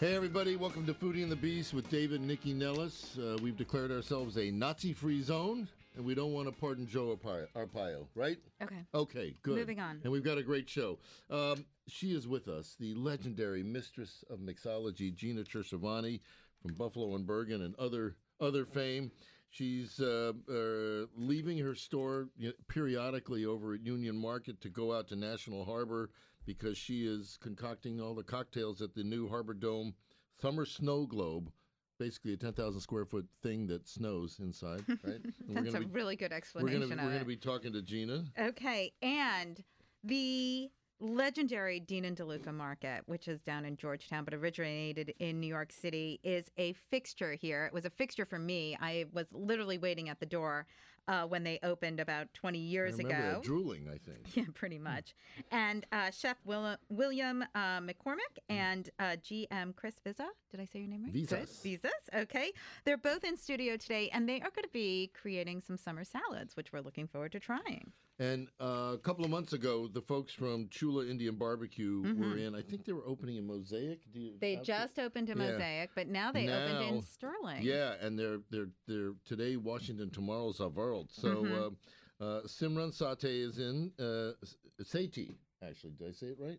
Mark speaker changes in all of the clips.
Speaker 1: Hey, everybody, welcome to Foodie and the Beast with David and Nikki Nellis. Uh, we've declared ourselves a Nazi free zone, and we don't want to pardon Joe Arpaio, Arpaio right?
Speaker 2: Okay.
Speaker 1: Okay, good.
Speaker 2: Moving on.
Speaker 1: And we've got a great show. Um, she is with us, the legendary mistress of mixology, Gina Chersavani from Buffalo and Bergen and other other fame. She's uh, uh, leaving her store you know, periodically over at Union Market to go out to National Harbor because she is concocting all the cocktails at the new Harbor Dome Summer Snow Globe, basically a 10,000 square foot thing that snows inside, right? And we're
Speaker 2: That's
Speaker 1: gonna
Speaker 2: a
Speaker 1: be-
Speaker 2: really good
Speaker 1: We're
Speaker 2: explanation
Speaker 1: going to
Speaker 2: of
Speaker 1: we're
Speaker 2: it.
Speaker 1: gonna be talking to Gina.
Speaker 2: Okay, and the legendary Dean and DeLuca Market, which is down in Georgetown but originated in New York City, is a fixture here. It was a fixture for me. I was literally waiting at the door uh, when they opened about 20 years
Speaker 1: I remember
Speaker 2: ago.
Speaker 1: that drooling, I think.
Speaker 2: Yeah, pretty much. And uh, Chef Will- William uh, McCormick
Speaker 1: Mm.
Speaker 2: and uh, GM Chris Visa. Did I say your name right?
Speaker 1: Vizas.
Speaker 2: Good. Vizas. Okay. They're both in studio today, and they are going to be creating some summer salads, which we're looking forward to trying.
Speaker 1: And uh, a couple of months ago, the folks from Chula Indian Barbecue were in. I think they were opening a mosaic. Do you,
Speaker 2: Mm-hmm. They
Speaker 1: out there?
Speaker 2: just opened in
Speaker 1: Yeah.
Speaker 2: Mosaic, but now they opened
Speaker 1: Now-
Speaker 2: in Sterling.
Speaker 1: Yeah, and they're they're they're today Washington, tomorrow's our world. So
Speaker 2: Mm-hmm.
Speaker 1: uh, uh, Simran Sate is in uh, S- Sati. Actually, did I say it right?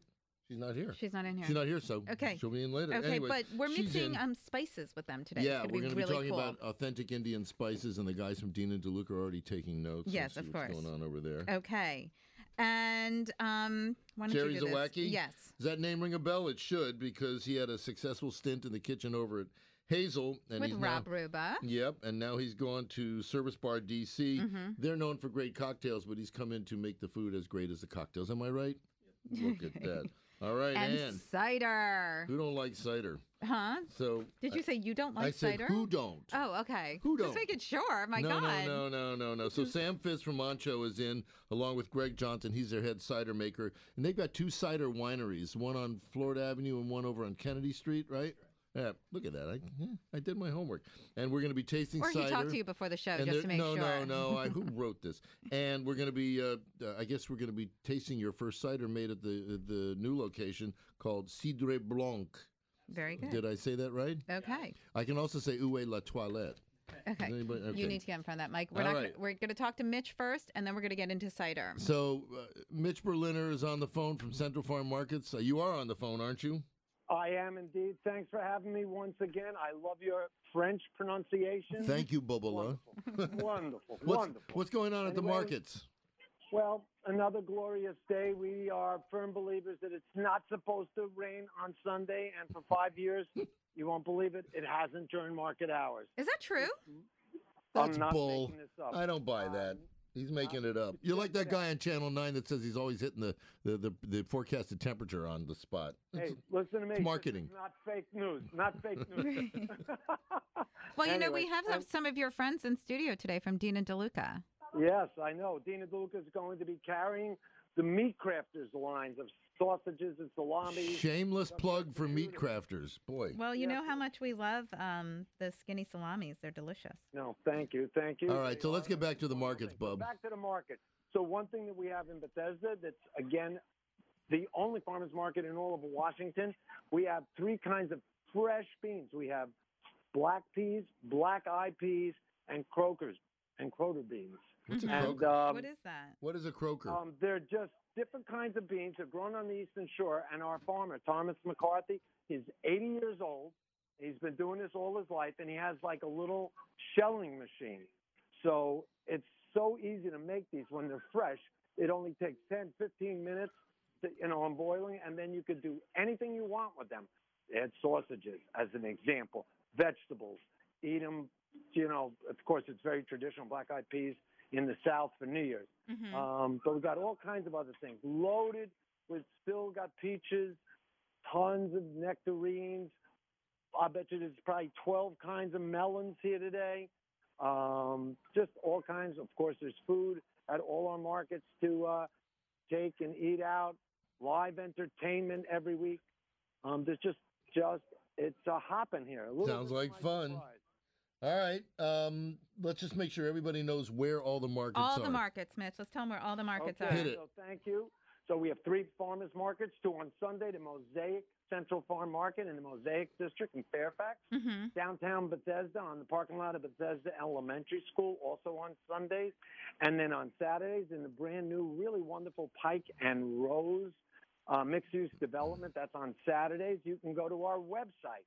Speaker 1: She's not here.
Speaker 2: She's not in here.
Speaker 1: She's not here, so
Speaker 2: Okay.
Speaker 1: she'll be in later.
Speaker 2: Okay,
Speaker 1: Anyway,
Speaker 2: but we're
Speaker 1: she's
Speaker 2: mixing
Speaker 1: in.
Speaker 2: um, spices with them today.
Speaker 1: Yeah,
Speaker 2: it's
Speaker 1: we're
Speaker 2: going to
Speaker 1: gonna
Speaker 2: be really
Speaker 1: talking
Speaker 2: cool.
Speaker 1: about authentic Indian spices, and the guys from Dean and DeLuca are already taking notes.
Speaker 2: Yes,
Speaker 1: Let's see
Speaker 2: of
Speaker 1: what's
Speaker 2: course.
Speaker 1: going on over there?
Speaker 2: Okay. And um, why don't
Speaker 1: Jerry
Speaker 2: you do this?
Speaker 1: Zawacki?
Speaker 2: Yes.
Speaker 1: Does that name ring a bell? It should, because he had a successful stint in the kitchen over at Hazel. And
Speaker 2: With
Speaker 1: he's
Speaker 2: Rob
Speaker 1: now,
Speaker 2: Ruba.
Speaker 1: Yep, and now he's gone to Service Bar DC.
Speaker 2: Mm-hmm.
Speaker 1: They're known for great cocktails, but he's come in to make the food as great as the cocktails. Am I right? Look at that. All right,
Speaker 2: and
Speaker 1: Ann.
Speaker 2: cider.
Speaker 1: Who don't like cider?
Speaker 2: Huh?
Speaker 1: So
Speaker 2: Did you say you don't like
Speaker 1: I said
Speaker 2: cider?
Speaker 1: who don't?
Speaker 2: Oh, okay.
Speaker 1: Who
Speaker 2: Just
Speaker 1: don't?
Speaker 2: making sure. My
Speaker 1: no,
Speaker 2: God. Hmm.
Speaker 1: no, no, no, no, no. So Sam Fitz from Moncho is in, along with Greg Johnson. He's their head cider maker, and they've got two cider wineries, one on Florida Avenue and one over on Kennedy Street, right? Yeah, look at that. I yeah, I did my homework, and we're going to be tasting
Speaker 2: Or
Speaker 1: cider.
Speaker 2: he talked to you before the show
Speaker 1: And
Speaker 2: just
Speaker 1: there-
Speaker 2: to make
Speaker 1: no,
Speaker 2: sure.
Speaker 1: no, no, I Who wrote this? And we're going to be, uh, uh, I guess we're going to be tasting your first cider made at the at the new location called Cidre Blanc.
Speaker 2: Very good.
Speaker 1: Did I say that right?
Speaker 2: okay.
Speaker 1: I can also say Oué La Toilette.
Speaker 2: Okay.
Speaker 1: anybody- okay.
Speaker 2: You need to get in front of that mic. We're
Speaker 1: All
Speaker 2: not.
Speaker 1: right.
Speaker 2: Gonna, we're going to talk to Mitch first, and then we're going to get into cider.
Speaker 1: So, uh, Mitch Berliner is on the phone from Central Farm Markets. Uh, you are on the phone, aren't you?
Speaker 3: I am indeed. Thanks for having me once again. I love your French pronunciation.
Speaker 1: Thank you, Bobola.
Speaker 3: Wonderful, wonderful,
Speaker 1: What's,
Speaker 3: wonderful.
Speaker 1: what's going on at the
Speaker 3: Anyway-
Speaker 1: markets?
Speaker 3: Well, another glorious day. We are firm believers that it's not supposed to rain on Sunday, and for five years, you won't believe it, it hasn't during market hours.
Speaker 2: Is that true?
Speaker 1: That's
Speaker 3: I'm not
Speaker 1: bull.
Speaker 3: making this up.
Speaker 1: I don't buy that. He's making it up. You're like that guy on Channel 9 that says he's always hitting the, the, the, the forecasted temperature on the spot.
Speaker 3: Hey,
Speaker 1: It's-
Speaker 3: listen to me.
Speaker 1: it's marketing.
Speaker 3: This is not fake news. Not fake news.
Speaker 2: Well, you know, we
Speaker 3: Anyway,
Speaker 2: have
Speaker 3: I'm-
Speaker 2: some of your friends in studio today from Dean and DeLuca.
Speaker 3: Yes, I know. Dina DeLuca is going to be carrying the meat crafters lines of sausages and salami.
Speaker 1: Shameless plug for meat crafters. Boy.
Speaker 2: Well, you know how much we love um, the skinny salamis; they're delicious.
Speaker 3: No, thank you, thank you.
Speaker 1: All right, so let's get back to the
Speaker 3: They
Speaker 1: markets,
Speaker 3: are-
Speaker 1: bub.
Speaker 3: Back to the market. So one thing that we have in Bethesda that's again the only farmers market in all of Washington. We have three kinds of fresh beans. We have black peas, black eyed peas, and croakers and croter beans.
Speaker 1: What's a
Speaker 3: And
Speaker 1: croaker?
Speaker 3: um,
Speaker 2: what is that?
Speaker 1: What is a croaker?
Speaker 3: um, they're just different kinds of beans. They're grown on the Eastern Shore, and our farmer, Thomas McCarthy, is 80 years old. He's been doing this all his life, and he has like a little shelling machine. So it's so easy to make these when they're fresh. It only takes 10, 15 minutes, to, you know, on boiling, and then you could do anything you want with them. Add sausages, as an example, vegetables, eat them. You know, of course, it's very traditional black-eyed peas in the South for New Year's.
Speaker 2: Mm-hmm.
Speaker 3: Um, but we've got all kinds of other things loaded. We've still got peaches, tons of nectarines, I bet you there's probably 12 kinds of melons here today. Um, just all kinds. Of course, there's food at all our markets to uh, take and eat out. Live entertainment every week. Um, there's just, just it's a hopping here. A little
Speaker 1: Sounds
Speaker 3: bit of
Speaker 1: like
Speaker 3: my
Speaker 1: fun.
Speaker 3: surprise.
Speaker 1: All right. Um, let's just make sure everybody knows where all the markets
Speaker 2: all
Speaker 1: are.
Speaker 2: the markets, Mitch. Let's tell them where all the markets
Speaker 3: okay,
Speaker 1: Hit
Speaker 2: are.
Speaker 1: it.
Speaker 3: So thank you. So we have three farmers markets, two on Sunday, the Mosaic Central Farm Market in the Mosaic District in Fairfax,
Speaker 2: Mm-hmm.
Speaker 3: downtown Bethesda on the parking lot of Bethesda Elementary School, also on Sundays, and then on Saturdays in the brand new, really wonderful Pike and Rose uh, mixed use development. That's on Saturdays. You can go to our website,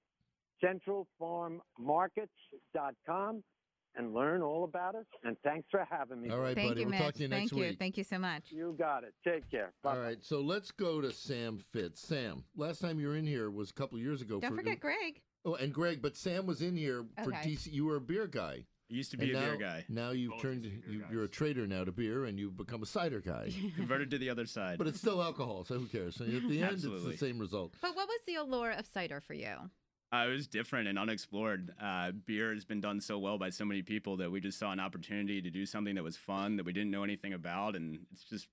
Speaker 3: centralfarmmarkets.com, and learn all about us. And thanks for having me.
Speaker 1: All right,
Speaker 2: Thank
Speaker 1: buddy.
Speaker 2: you,
Speaker 1: we'll
Speaker 2: Mitch.
Speaker 1: talk to you next
Speaker 2: Thank you.
Speaker 1: week.
Speaker 2: Thank you so much.
Speaker 3: You got it. Take care. Bye.
Speaker 1: All right, so let's go to Sam Fitz. Sam, last time you were in here was a couple years ago.
Speaker 2: Don't
Speaker 1: for,
Speaker 2: forget Greg.
Speaker 1: Oh, and Greg, but Sam was in here for
Speaker 2: Okay.
Speaker 1: DC. You were a beer guy.
Speaker 4: I used to be
Speaker 1: And
Speaker 4: a
Speaker 1: now,
Speaker 4: beer guy.
Speaker 1: Now you've
Speaker 4: Both
Speaker 1: turned.
Speaker 4: used to be beer
Speaker 1: You, you're a
Speaker 4: guys.
Speaker 1: trader now to beer, and you've become a cider guy.
Speaker 4: Converted to the other side.
Speaker 1: but it's still alcohol, so who cares? At the end, it's the
Speaker 4: Absolutely.
Speaker 1: same result.
Speaker 2: But what was the allure of cider for you?
Speaker 4: Uh, it was different and unexplored. Uh, beer has been done so well by so many people that we just saw an opportunity to do something that was fun that we didn't know anything about, and it's just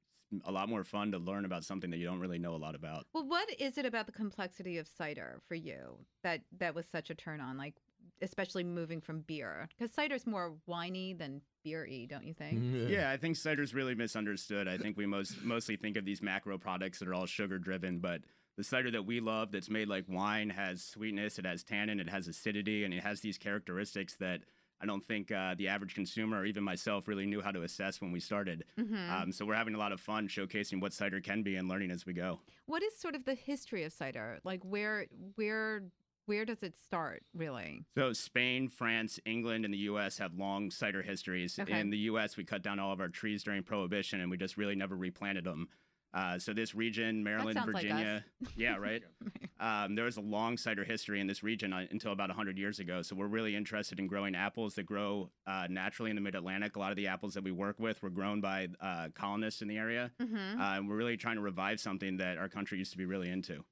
Speaker 4: a lot more fun to learn about something that you don't really know a lot about.
Speaker 2: Well, what is it about the complexity of cider for you that that was such a turn on? Like, especially moving from beer, because cider's more winey than beery, don't you think?
Speaker 1: Mm,
Speaker 4: Yeah, I think cider's really misunderstood. I think we most mostly think of these macro products that are all sugar driven, but the cider that we love that's made like wine has sweetness, it has tannin, it has acidity, and it has these characteristics that I don't think uh, the average consumer or even myself really knew how to assess when we started.
Speaker 2: Mhm.
Speaker 4: Um, so we're having a lot of fun showcasing what cider can be and learning as we go.
Speaker 2: what is sort of the history of cider? Like, where where where does it start, really?
Speaker 4: So Spain, France, England, and the U.S. have long cider histories.
Speaker 2: Okay.
Speaker 4: In the U.S., we cut down all of our trees during Prohibition, and we just really never replanted them. Uh, so this region, Maryland,
Speaker 2: sounds like us.
Speaker 4: Virginia, yeah, right. um, there was a long cider history in this region uh, until about 100 years ago. So we're really interested in growing apples that grow uh, naturally in the Mid-Atlantic. A lot of the apples that we work with were grown by uh, colonists in the area,
Speaker 2: hmm
Speaker 4: uh, and we're really trying to revive something that our country used to be really into.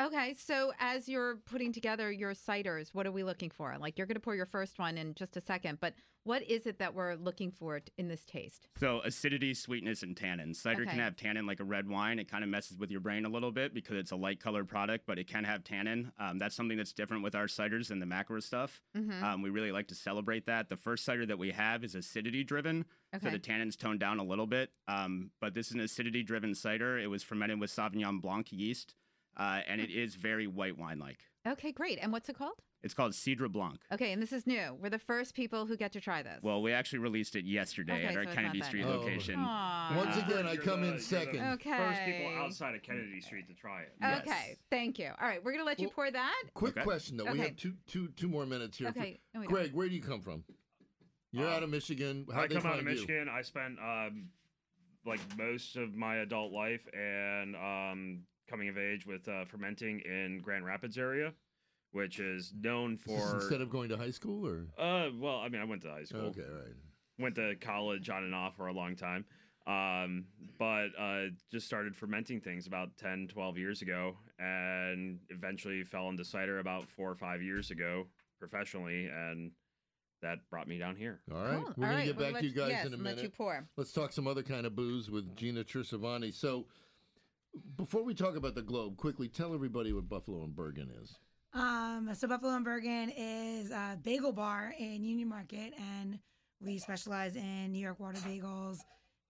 Speaker 2: Okay, so as you're putting together your ciders, what are we looking for? Like, you're going to pour your first one in just a second, but what is it that we're looking for t- in this taste?
Speaker 4: So acidity, sweetness, and tannin. Cider
Speaker 2: Okay.
Speaker 4: can have tannin like a red wine. It kind of messes with your brain a little bit because it's a light colored product, but it can have tannin. Um, that's something that's different with our ciders than the macro stuff.
Speaker 2: Mm-hmm.
Speaker 4: Um, we really like to celebrate that. The first cider that we have is acidity driven, so the tannin's toned down a little bit. Um, but this is an acidity driven cider. It was fermented with Sauvignon Blanc yeast, uh, and it is very white wine like.
Speaker 2: okay, great. And what's it called?
Speaker 4: It's called Cidre Blanc.
Speaker 2: Okay, and this is new. We're the first people who get to try this.
Speaker 4: Well, we actually released it yesterday
Speaker 2: Okay,
Speaker 4: at
Speaker 2: so
Speaker 4: our
Speaker 2: it's not
Speaker 4: Kennedy
Speaker 2: that
Speaker 4: Street
Speaker 1: bad. Oh.
Speaker 4: location.
Speaker 2: Aw.
Speaker 1: Once
Speaker 4: Uh,
Speaker 1: again, I
Speaker 5: You're
Speaker 1: come
Speaker 5: the-
Speaker 1: in
Speaker 5: you're the
Speaker 1: second.
Speaker 2: okay.
Speaker 5: First people outside of Kennedy Street to try it.
Speaker 4: Yes.
Speaker 2: Okay, thank you. All right, we're gonna let you
Speaker 1: Well-
Speaker 2: pour that.
Speaker 1: Quick
Speaker 4: Okay.
Speaker 1: question though. We
Speaker 2: Okay.
Speaker 1: have two two two more minutes here.
Speaker 2: Okay. No, we don't.
Speaker 1: Greg, where do you come from? You're
Speaker 5: Uh,
Speaker 1: out of Michigan. How
Speaker 5: I
Speaker 1: they
Speaker 5: come out
Speaker 1: find
Speaker 5: of
Speaker 1: you?
Speaker 5: Michigan. I spent um, like most of my adult life and um, coming of age with uh, fermenting in Grand Rapids area, which is known
Speaker 1: Is this
Speaker 5: for.
Speaker 1: instead of going to high school or
Speaker 5: uh, well, I mean, I went to high school.
Speaker 1: okay, all right.
Speaker 5: went to college on and off for a long time um, but uh, just started fermenting things about 10 12 years ago and eventually fell into cider about four or five years ago professionally and that brought me down here
Speaker 1: All right,
Speaker 2: Cool.
Speaker 1: we're
Speaker 2: All
Speaker 1: gonna
Speaker 2: right,
Speaker 1: get
Speaker 2: we'll
Speaker 1: back
Speaker 2: let
Speaker 1: to you guys
Speaker 2: yes,
Speaker 1: in a
Speaker 2: Let you
Speaker 1: minute.
Speaker 2: pour.
Speaker 1: Let's talk some other kind of booze with Gina Chersavani. So, before we talk about the Globe, quickly tell everybody what Buffalo and Bergen is.
Speaker 6: Um, so Buffalo and Bergen is a bagel bar in Union Market, and we specialize in New York water bagels,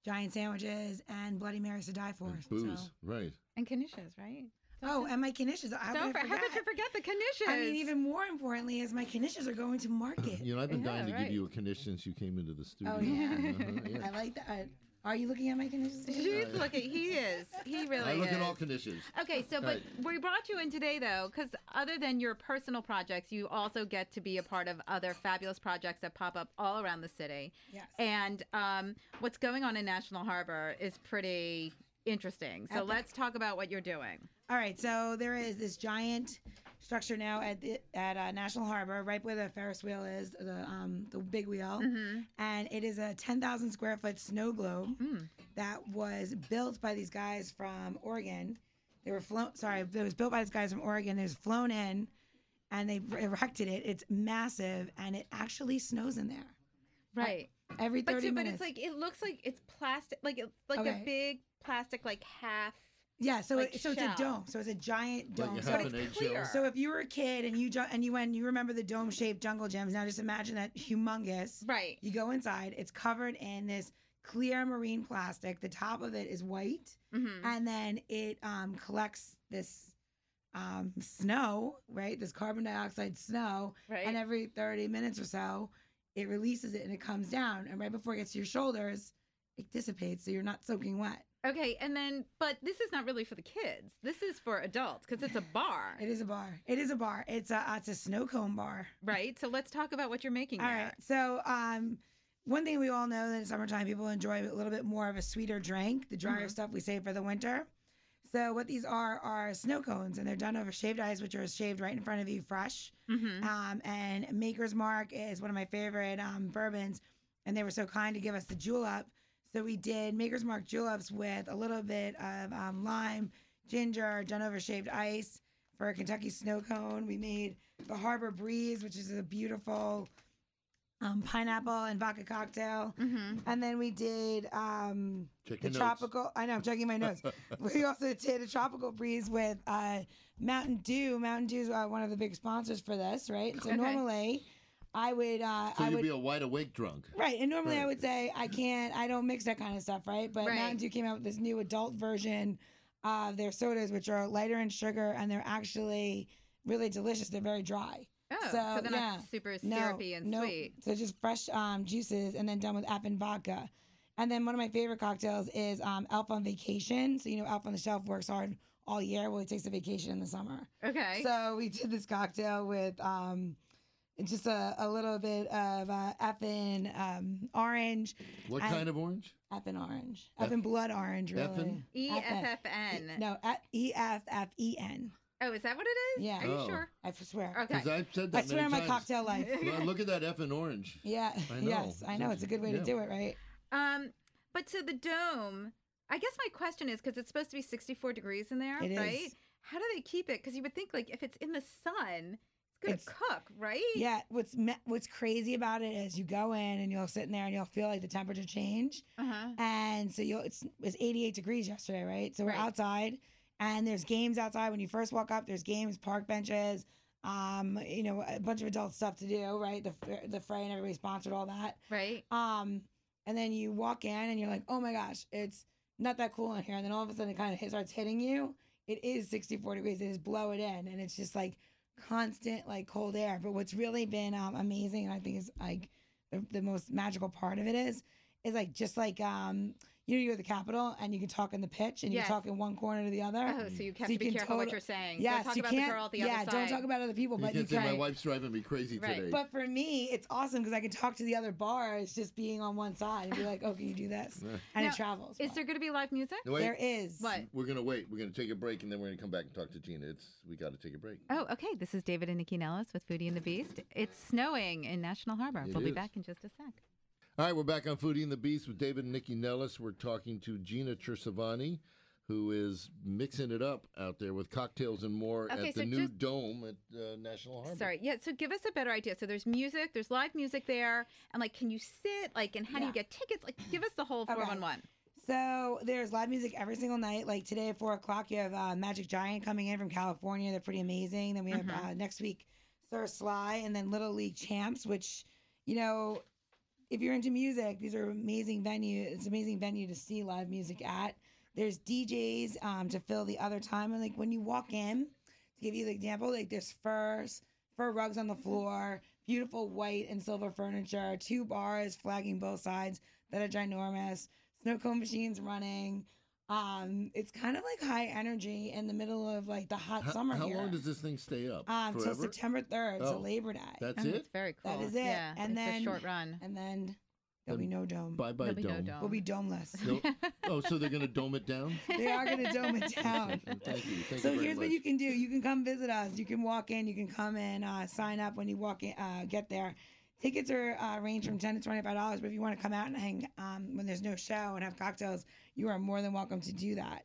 Speaker 6: giant sandwiches, and Bloody Marys to die for.
Speaker 1: And booze,
Speaker 6: So.
Speaker 1: right?
Speaker 2: And conditions, right? Don't
Speaker 6: Oh,
Speaker 2: for-
Speaker 6: and my knishes. How
Speaker 2: don't
Speaker 6: could
Speaker 2: for,
Speaker 6: I
Speaker 2: how could you
Speaker 6: forget?
Speaker 2: forget the conditions?
Speaker 6: I mean, even more importantly, is my knishes are going to market.
Speaker 1: You know, I've been
Speaker 2: Yeah,
Speaker 1: dying to
Speaker 2: right.
Speaker 1: give you a condition since you came into the studio.
Speaker 6: Oh yeah,
Speaker 1: Uh-huh, yeah.
Speaker 6: I like that. Are you looking at my knishes?
Speaker 2: She's looking. He is. He really
Speaker 1: I look
Speaker 2: is.
Speaker 1: at all conditions.
Speaker 2: Okay, so but
Speaker 1: right.
Speaker 2: we brought you in today though, because other than your personal projects, you also get to be a part of other fabulous projects that pop up all around the city.
Speaker 6: Yes.
Speaker 2: And um, what's going on in National Harbor is pretty interesting. So
Speaker 6: Epic.
Speaker 2: let's talk about what you're doing.
Speaker 6: All right, so there is this giant structure now at the, at uh, National Harbor, right where the Ferris wheel is, the um, the big wheel,
Speaker 2: Mm-hmm.
Speaker 6: and it is a ten thousand square foot snow globe
Speaker 2: Mm.
Speaker 6: that was built by these guys from Oregon. They were flown. Sorry, it was built by these guys from Oregon. It was flown in and they erected it. It's massive, and it actually snows in there
Speaker 2: right.
Speaker 6: every
Speaker 2: But,
Speaker 6: thirty
Speaker 2: so- but it's
Speaker 6: minutes.
Speaker 2: like it looks like it's plastic, like it, like
Speaker 6: Okay.
Speaker 2: a big plastic, like half.
Speaker 6: yeah, so
Speaker 2: like
Speaker 6: it, so
Speaker 2: shell.
Speaker 6: it's a dome. So it's a giant
Speaker 1: Like
Speaker 6: dome.
Speaker 1: you
Speaker 6: so
Speaker 1: have
Speaker 6: it's
Speaker 1: an
Speaker 2: it's
Speaker 1: eggshell.
Speaker 2: clear.
Speaker 6: So if you were a kid and you ju- and you went, you remember the dome-shaped jungle gyms. Now just imagine that humongous.
Speaker 2: Right.
Speaker 6: You go inside. It's covered in this clear marine plastic. The top of it is white,
Speaker 2: Mhm.
Speaker 6: and then it um, collects this um, snow, right? This carbon dioxide snow,
Speaker 2: Right.
Speaker 6: and every thirty minutes or so, it releases it and it comes down. And right before it gets to your shoulders, it dissipates, so you're not soaking wet.
Speaker 2: okay. And then, but this is not really for the kids. This is for adults because it's a bar,
Speaker 6: It is a bar. It is a bar. It's a it's a snow cone bar.
Speaker 2: right? So let's talk about what you're making
Speaker 6: All
Speaker 2: there.
Speaker 6: right. So, um, one thing we all know that in summertime people enjoy a little bit more of a sweeter drink. The drier
Speaker 2: Mhm.
Speaker 6: stuff we save for the winter. So, what these are are snow cones, and they're done over shaved ice, which are shaved right in front of you, fresh.
Speaker 2: Mhm.
Speaker 6: Um, and Maker's Mark is one of my favorite um, bourbons, and they were so kind to give us the julep. So we did Maker's Mark juleps with a little bit of um, lime, ginger, done over shaved ice for a Kentucky snow cone. We made the Harbor Breeze, which is a beautiful um, pineapple and vodka cocktail.
Speaker 2: Mhm.
Speaker 6: And then we did um,
Speaker 1: Check
Speaker 6: the
Speaker 1: your notes.
Speaker 6: tropical. I know I'm checking my notes. we also did a tropical breeze with uh, Mountain Dew. Mountain Dew is uh, one of the big sponsors for this, right? So
Speaker 2: Okay.
Speaker 6: normally, I would, uh,
Speaker 1: So
Speaker 6: I
Speaker 1: you'd
Speaker 6: would,
Speaker 1: be a wide awake drunk.
Speaker 6: right? And normally I
Speaker 1: Right.
Speaker 6: would say I can't, I don't mix that kind of stuff, right? But
Speaker 2: Right.
Speaker 6: Mountain Dew came out with this new adult version of their sodas, which are lighter in sugar and they're actually really delicious. They're very dry.
Speaker 2: Oh, so,
Speaker 6: So,
Speaker 2: they're
Speaker 6: yeah.
Speaker 2: not super syrupy and sweet.
Speaker 6: So just fresh um, juices and then done with app and vodka. And then one of my favorite cocktails is um, Elf on Vacation. So you know Elf on the Shelf works hard all year. Well, he takes a vacation in the summer.
Speaker 2: Okay.
Speaker 6: So we did this cocktail with um, just a, a little bit of uh, effing um, orange,
Speaker 1: What
Speaker 6: I-
Speaker 1: kind of orange?
Speaker 6: effing orange,
Speaker 1: Eff-
Speaker 6: effing blood orange, really.
Speaker 1: Effin'?
Speaker 2: E F F
Speaker 6: Effin'.
Speaker 2: N.
Speaker 6: No, E F F E N.
Speaker 2: Oh, is that what it is?
Speaker 6: Yeah.
Speaker 2: Are you
Speaker 1: Oh.
Speaker 2: sure?
Speaker 6: I swear.
Speaker 2: Okay.
Speaker 1: Because I've said
Speaker 6: I
Speaker 1: that
Speaker 6: swear
Speaker 1: many
Speaker 6: on my
Speaker 1: times.
Speaker 6: cocktail life.
Speaker 1: Well, look at that effing orange.
Speaker 6: Yeah.
Speaker 1: I know.
Speaker 6: Yes, I know. It's a good way
Speaker 1: Yeah.
Speaker 6: to do it, right?
Speaker 2: Um, but so the dome. I guess my question is because it's supposed to be 64 degrees in there,
Speaker 6: It is.
Speaker 2: right? How do they keep it? Because you would think like if it's in the sun, it's gonna
Speaker 6: It's-
Speaker 2: cook, right?
Speaker 6: Yeah. What's ma- what's crazy about it is you go in and you'll sit in there and you'll feel like the temperature change,
Speaker 2: Uh-huh.
Speaker 6: and so you'll it's it's 88 degrees yesterday, right? So we're
Speaker 2: Right.
Speaker 6: outside, and there's games outside. When you first walk up, there's games, park benches, um, you know, a bunch of adult stuff to do, right? The fr- the fray and everybody sponsored all that.
Speaker 2: Right.
Speaker 6: Um, and then you walk in and you're like, oh my gosh, it's not that cool in here. And then all of a sudden it kind of hit, starts hitting you. It is 64 degrees. It is blow it in. And it's just like constant, like cold air. But what's really been um, amazing, and I think is like the, the most magical part of it is, is like just like, um, you know, you go to the Capitol and you can talk in the pitch and you
Speaker 2: Yes.
Speaker 6: can talk in one corner to the other.
Speaker 2: Oh, so you have
Speaker 6: So
Speaker 2: to
Speaker 6: you
Speaker 2: be
Speaker 6: can
Speaker 2: careful what
Speaker 6: total-
Speaker 2: you're saying. don't
Speaker 6: Yes,
Speaker 2: talk
Speaker 6: you
Speaker 2: about
Speaker 6: can't.
Speaker 2: the girl at the
Speaker 6: yeah,
Speaker 2: other side.
Speaker 6: don't talk about other people,
Speaker 1: You
Speaker 6: but you
Speaker 1: can say my
Speaker 6: can.
Speaker 1: wife's driving me crazy
Speaker 2: Right.
Speaker 1: today.
Speaker 6: But for me, it's awesome because I can talk to the other bars just being on one side and be like, "Oh, can you do this?"
Speaker 1: Yeah.
Speaker 6: And
Speaker 2: Now,
Speaker 6: it travels.
Speaker 2: Is there gonna be live music?
Speaker 1: No, wait,
Speaker 6: There is.
Speaker 2: What?
Speaker 1: we're gonna wait. We're gonna take a break, and then we're gonna come back and talk to Gina. It's we got to take a break.
Speaker 2: Oh, okay. This is David and Nikki Nellis with Foodie and the Beast. It's snowing in National Harbor.
Speaker 1: It
Speaker 2: we'll be
Speaker 1: is.
Speaker 2: back in just a sec.
Speaker 1: All right, we're back on Foodie and the Beast with David and Nikki Nellis. We're talking to Gina Chersavani, who is mixing it up out there with cocktails and more
Speaker 2: Okay,
Speaker 1: at the
Speaker 2: so
Speaker 1: new
Speaker 2: just-
Speaker 1: dome at uh, National Harbor.
Speaker 2: Sorry. Yeah. So give us a better idea. So there's music, there's live music there, and like, can you sit? Like, and how do you
Speaker 6: Yeah.
Speaker 2: get tickets? Like, give us the whole
Speaker 6: Okay.
Speaker 2: 411.
Speaker 6: So there's live music every single night. Like today at four o'clock, you have uh, Magic Giant coming in from California. They're pretty amazing. Then we have
Speaker 2: Mhm.
Speaker 6: uh, next week Sir Sly, and then Little League Champs, which you know, if you're into music, these are amazing venue. It's an amazing venue to see live music at. There's DJs um, to fill the other time, and like when you walk in, to give you the example, like there's furs, fur rugs on the floor, beautiful white and silver furniture, two bars flagging both sides that are ginormous, snow cone machines running. Um, it's kind of like high energy in the middle of like the hot
Speaker 1: How,
Speaker 6: summer
Speaker 1: how
Speaker 6: here.
Speaker 1: long does this thing stay up?
Speaker 6: um till
Speaker 1: Forever?
Speaker 6: September third, so
Speaker 1: Oh,
Speaker 6: Labor Day.
Speaker 1: That's
Speaker 2: Oh,
Speaker 1: it.
Speaker 2: It's very cool.
Speaker 6: That is it.
Speaker 2: Yeah,
Speaker 6: And
Speaker 2: it's a
Speaker 6: then-
Speaker 2: short run.
Speaker 6: and then there'll
Speaker 1: Then
Speaker 6: be no dome.
Speaker 1: Bye bye
Speaker 2: There'll be no
Speaker 1: dome.
Speaker 2: dome.
Speaker 6: We'll be domeless.
Speaker 1: No- oh, so they're gonna dome it down?
Speaker 6: they are gonna dome it down.
Speaker 1: Thank you. Thank
Speaker 6: so
Speaker 1: you very
Speaker 6: here's
Speaker 1: much.
Speaker 6: what you can do you can come visit us you can walk in you can come and uh, sign up when you walk in uh, get there tickets are uh, range from 10 to 25 dollars but if you want to come out and hang um, when there's no show and have cocktails you are more than welcome to do that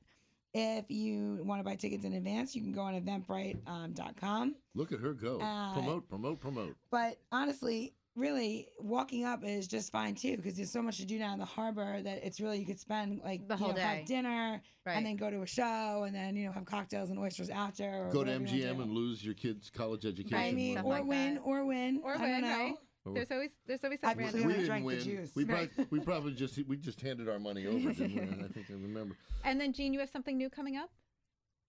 Speaker 6: If you want to buy tickets in advance, you can go on um, eventbrite.com.
Speaker 1: Look at her go.
Speaker 6: Uh,
Speaker 1: promote, promote, promote.
Speaker 6: But honestly, really, walking up is just fine too, because there's so much to do now in the harbor that it's really you could spend like
Speaker 2: The
Speaker 6: you
Speaker 2: whole
Speaker 6: know, have
Speaker 2: day.
Speaker 6: dinner
Speaker 2: Right.
Speaker 6: and then go to a show and then you know have cocktails and oysters after. Or
Speaker 1: Go to
Speaker 6: whatever you wanna
Speaker 1: MGM
Speaker 6: do.
Speaker 1: and lose your kids' college education.
Speaker 6: I mean,
Speaker 2: Stuff
Speaker 6: or
Speaker 1: money.
Speaker 2: like
Speaker 6: win,
Speaker 2: that.
Speaker 6: or win,
Speaker 2: Or
Speaker 6: I
Speaker 2: win,
Speaker 6: don't know.
Speaker 2: right?
Speaker 1: Or-
Speaker 2: There's always there's always
Speaker 6: I
Speaker 2: some
Speaker 1: we,
Speaker 2: random.
Speaker 6: Brandon
Speaker 1: we
Speaker 6: only
Speaker 1: didn't
Speaker 6: drank the
Speaker 1: win.
Speaker 6: juice.
Speaker 1: We,
Speaker 2: Right.
Speaker 1: probably, we probably just we just handed our money over, didn't we? I think I remember.
Speaker 2: And then Gene, you have something new coming up?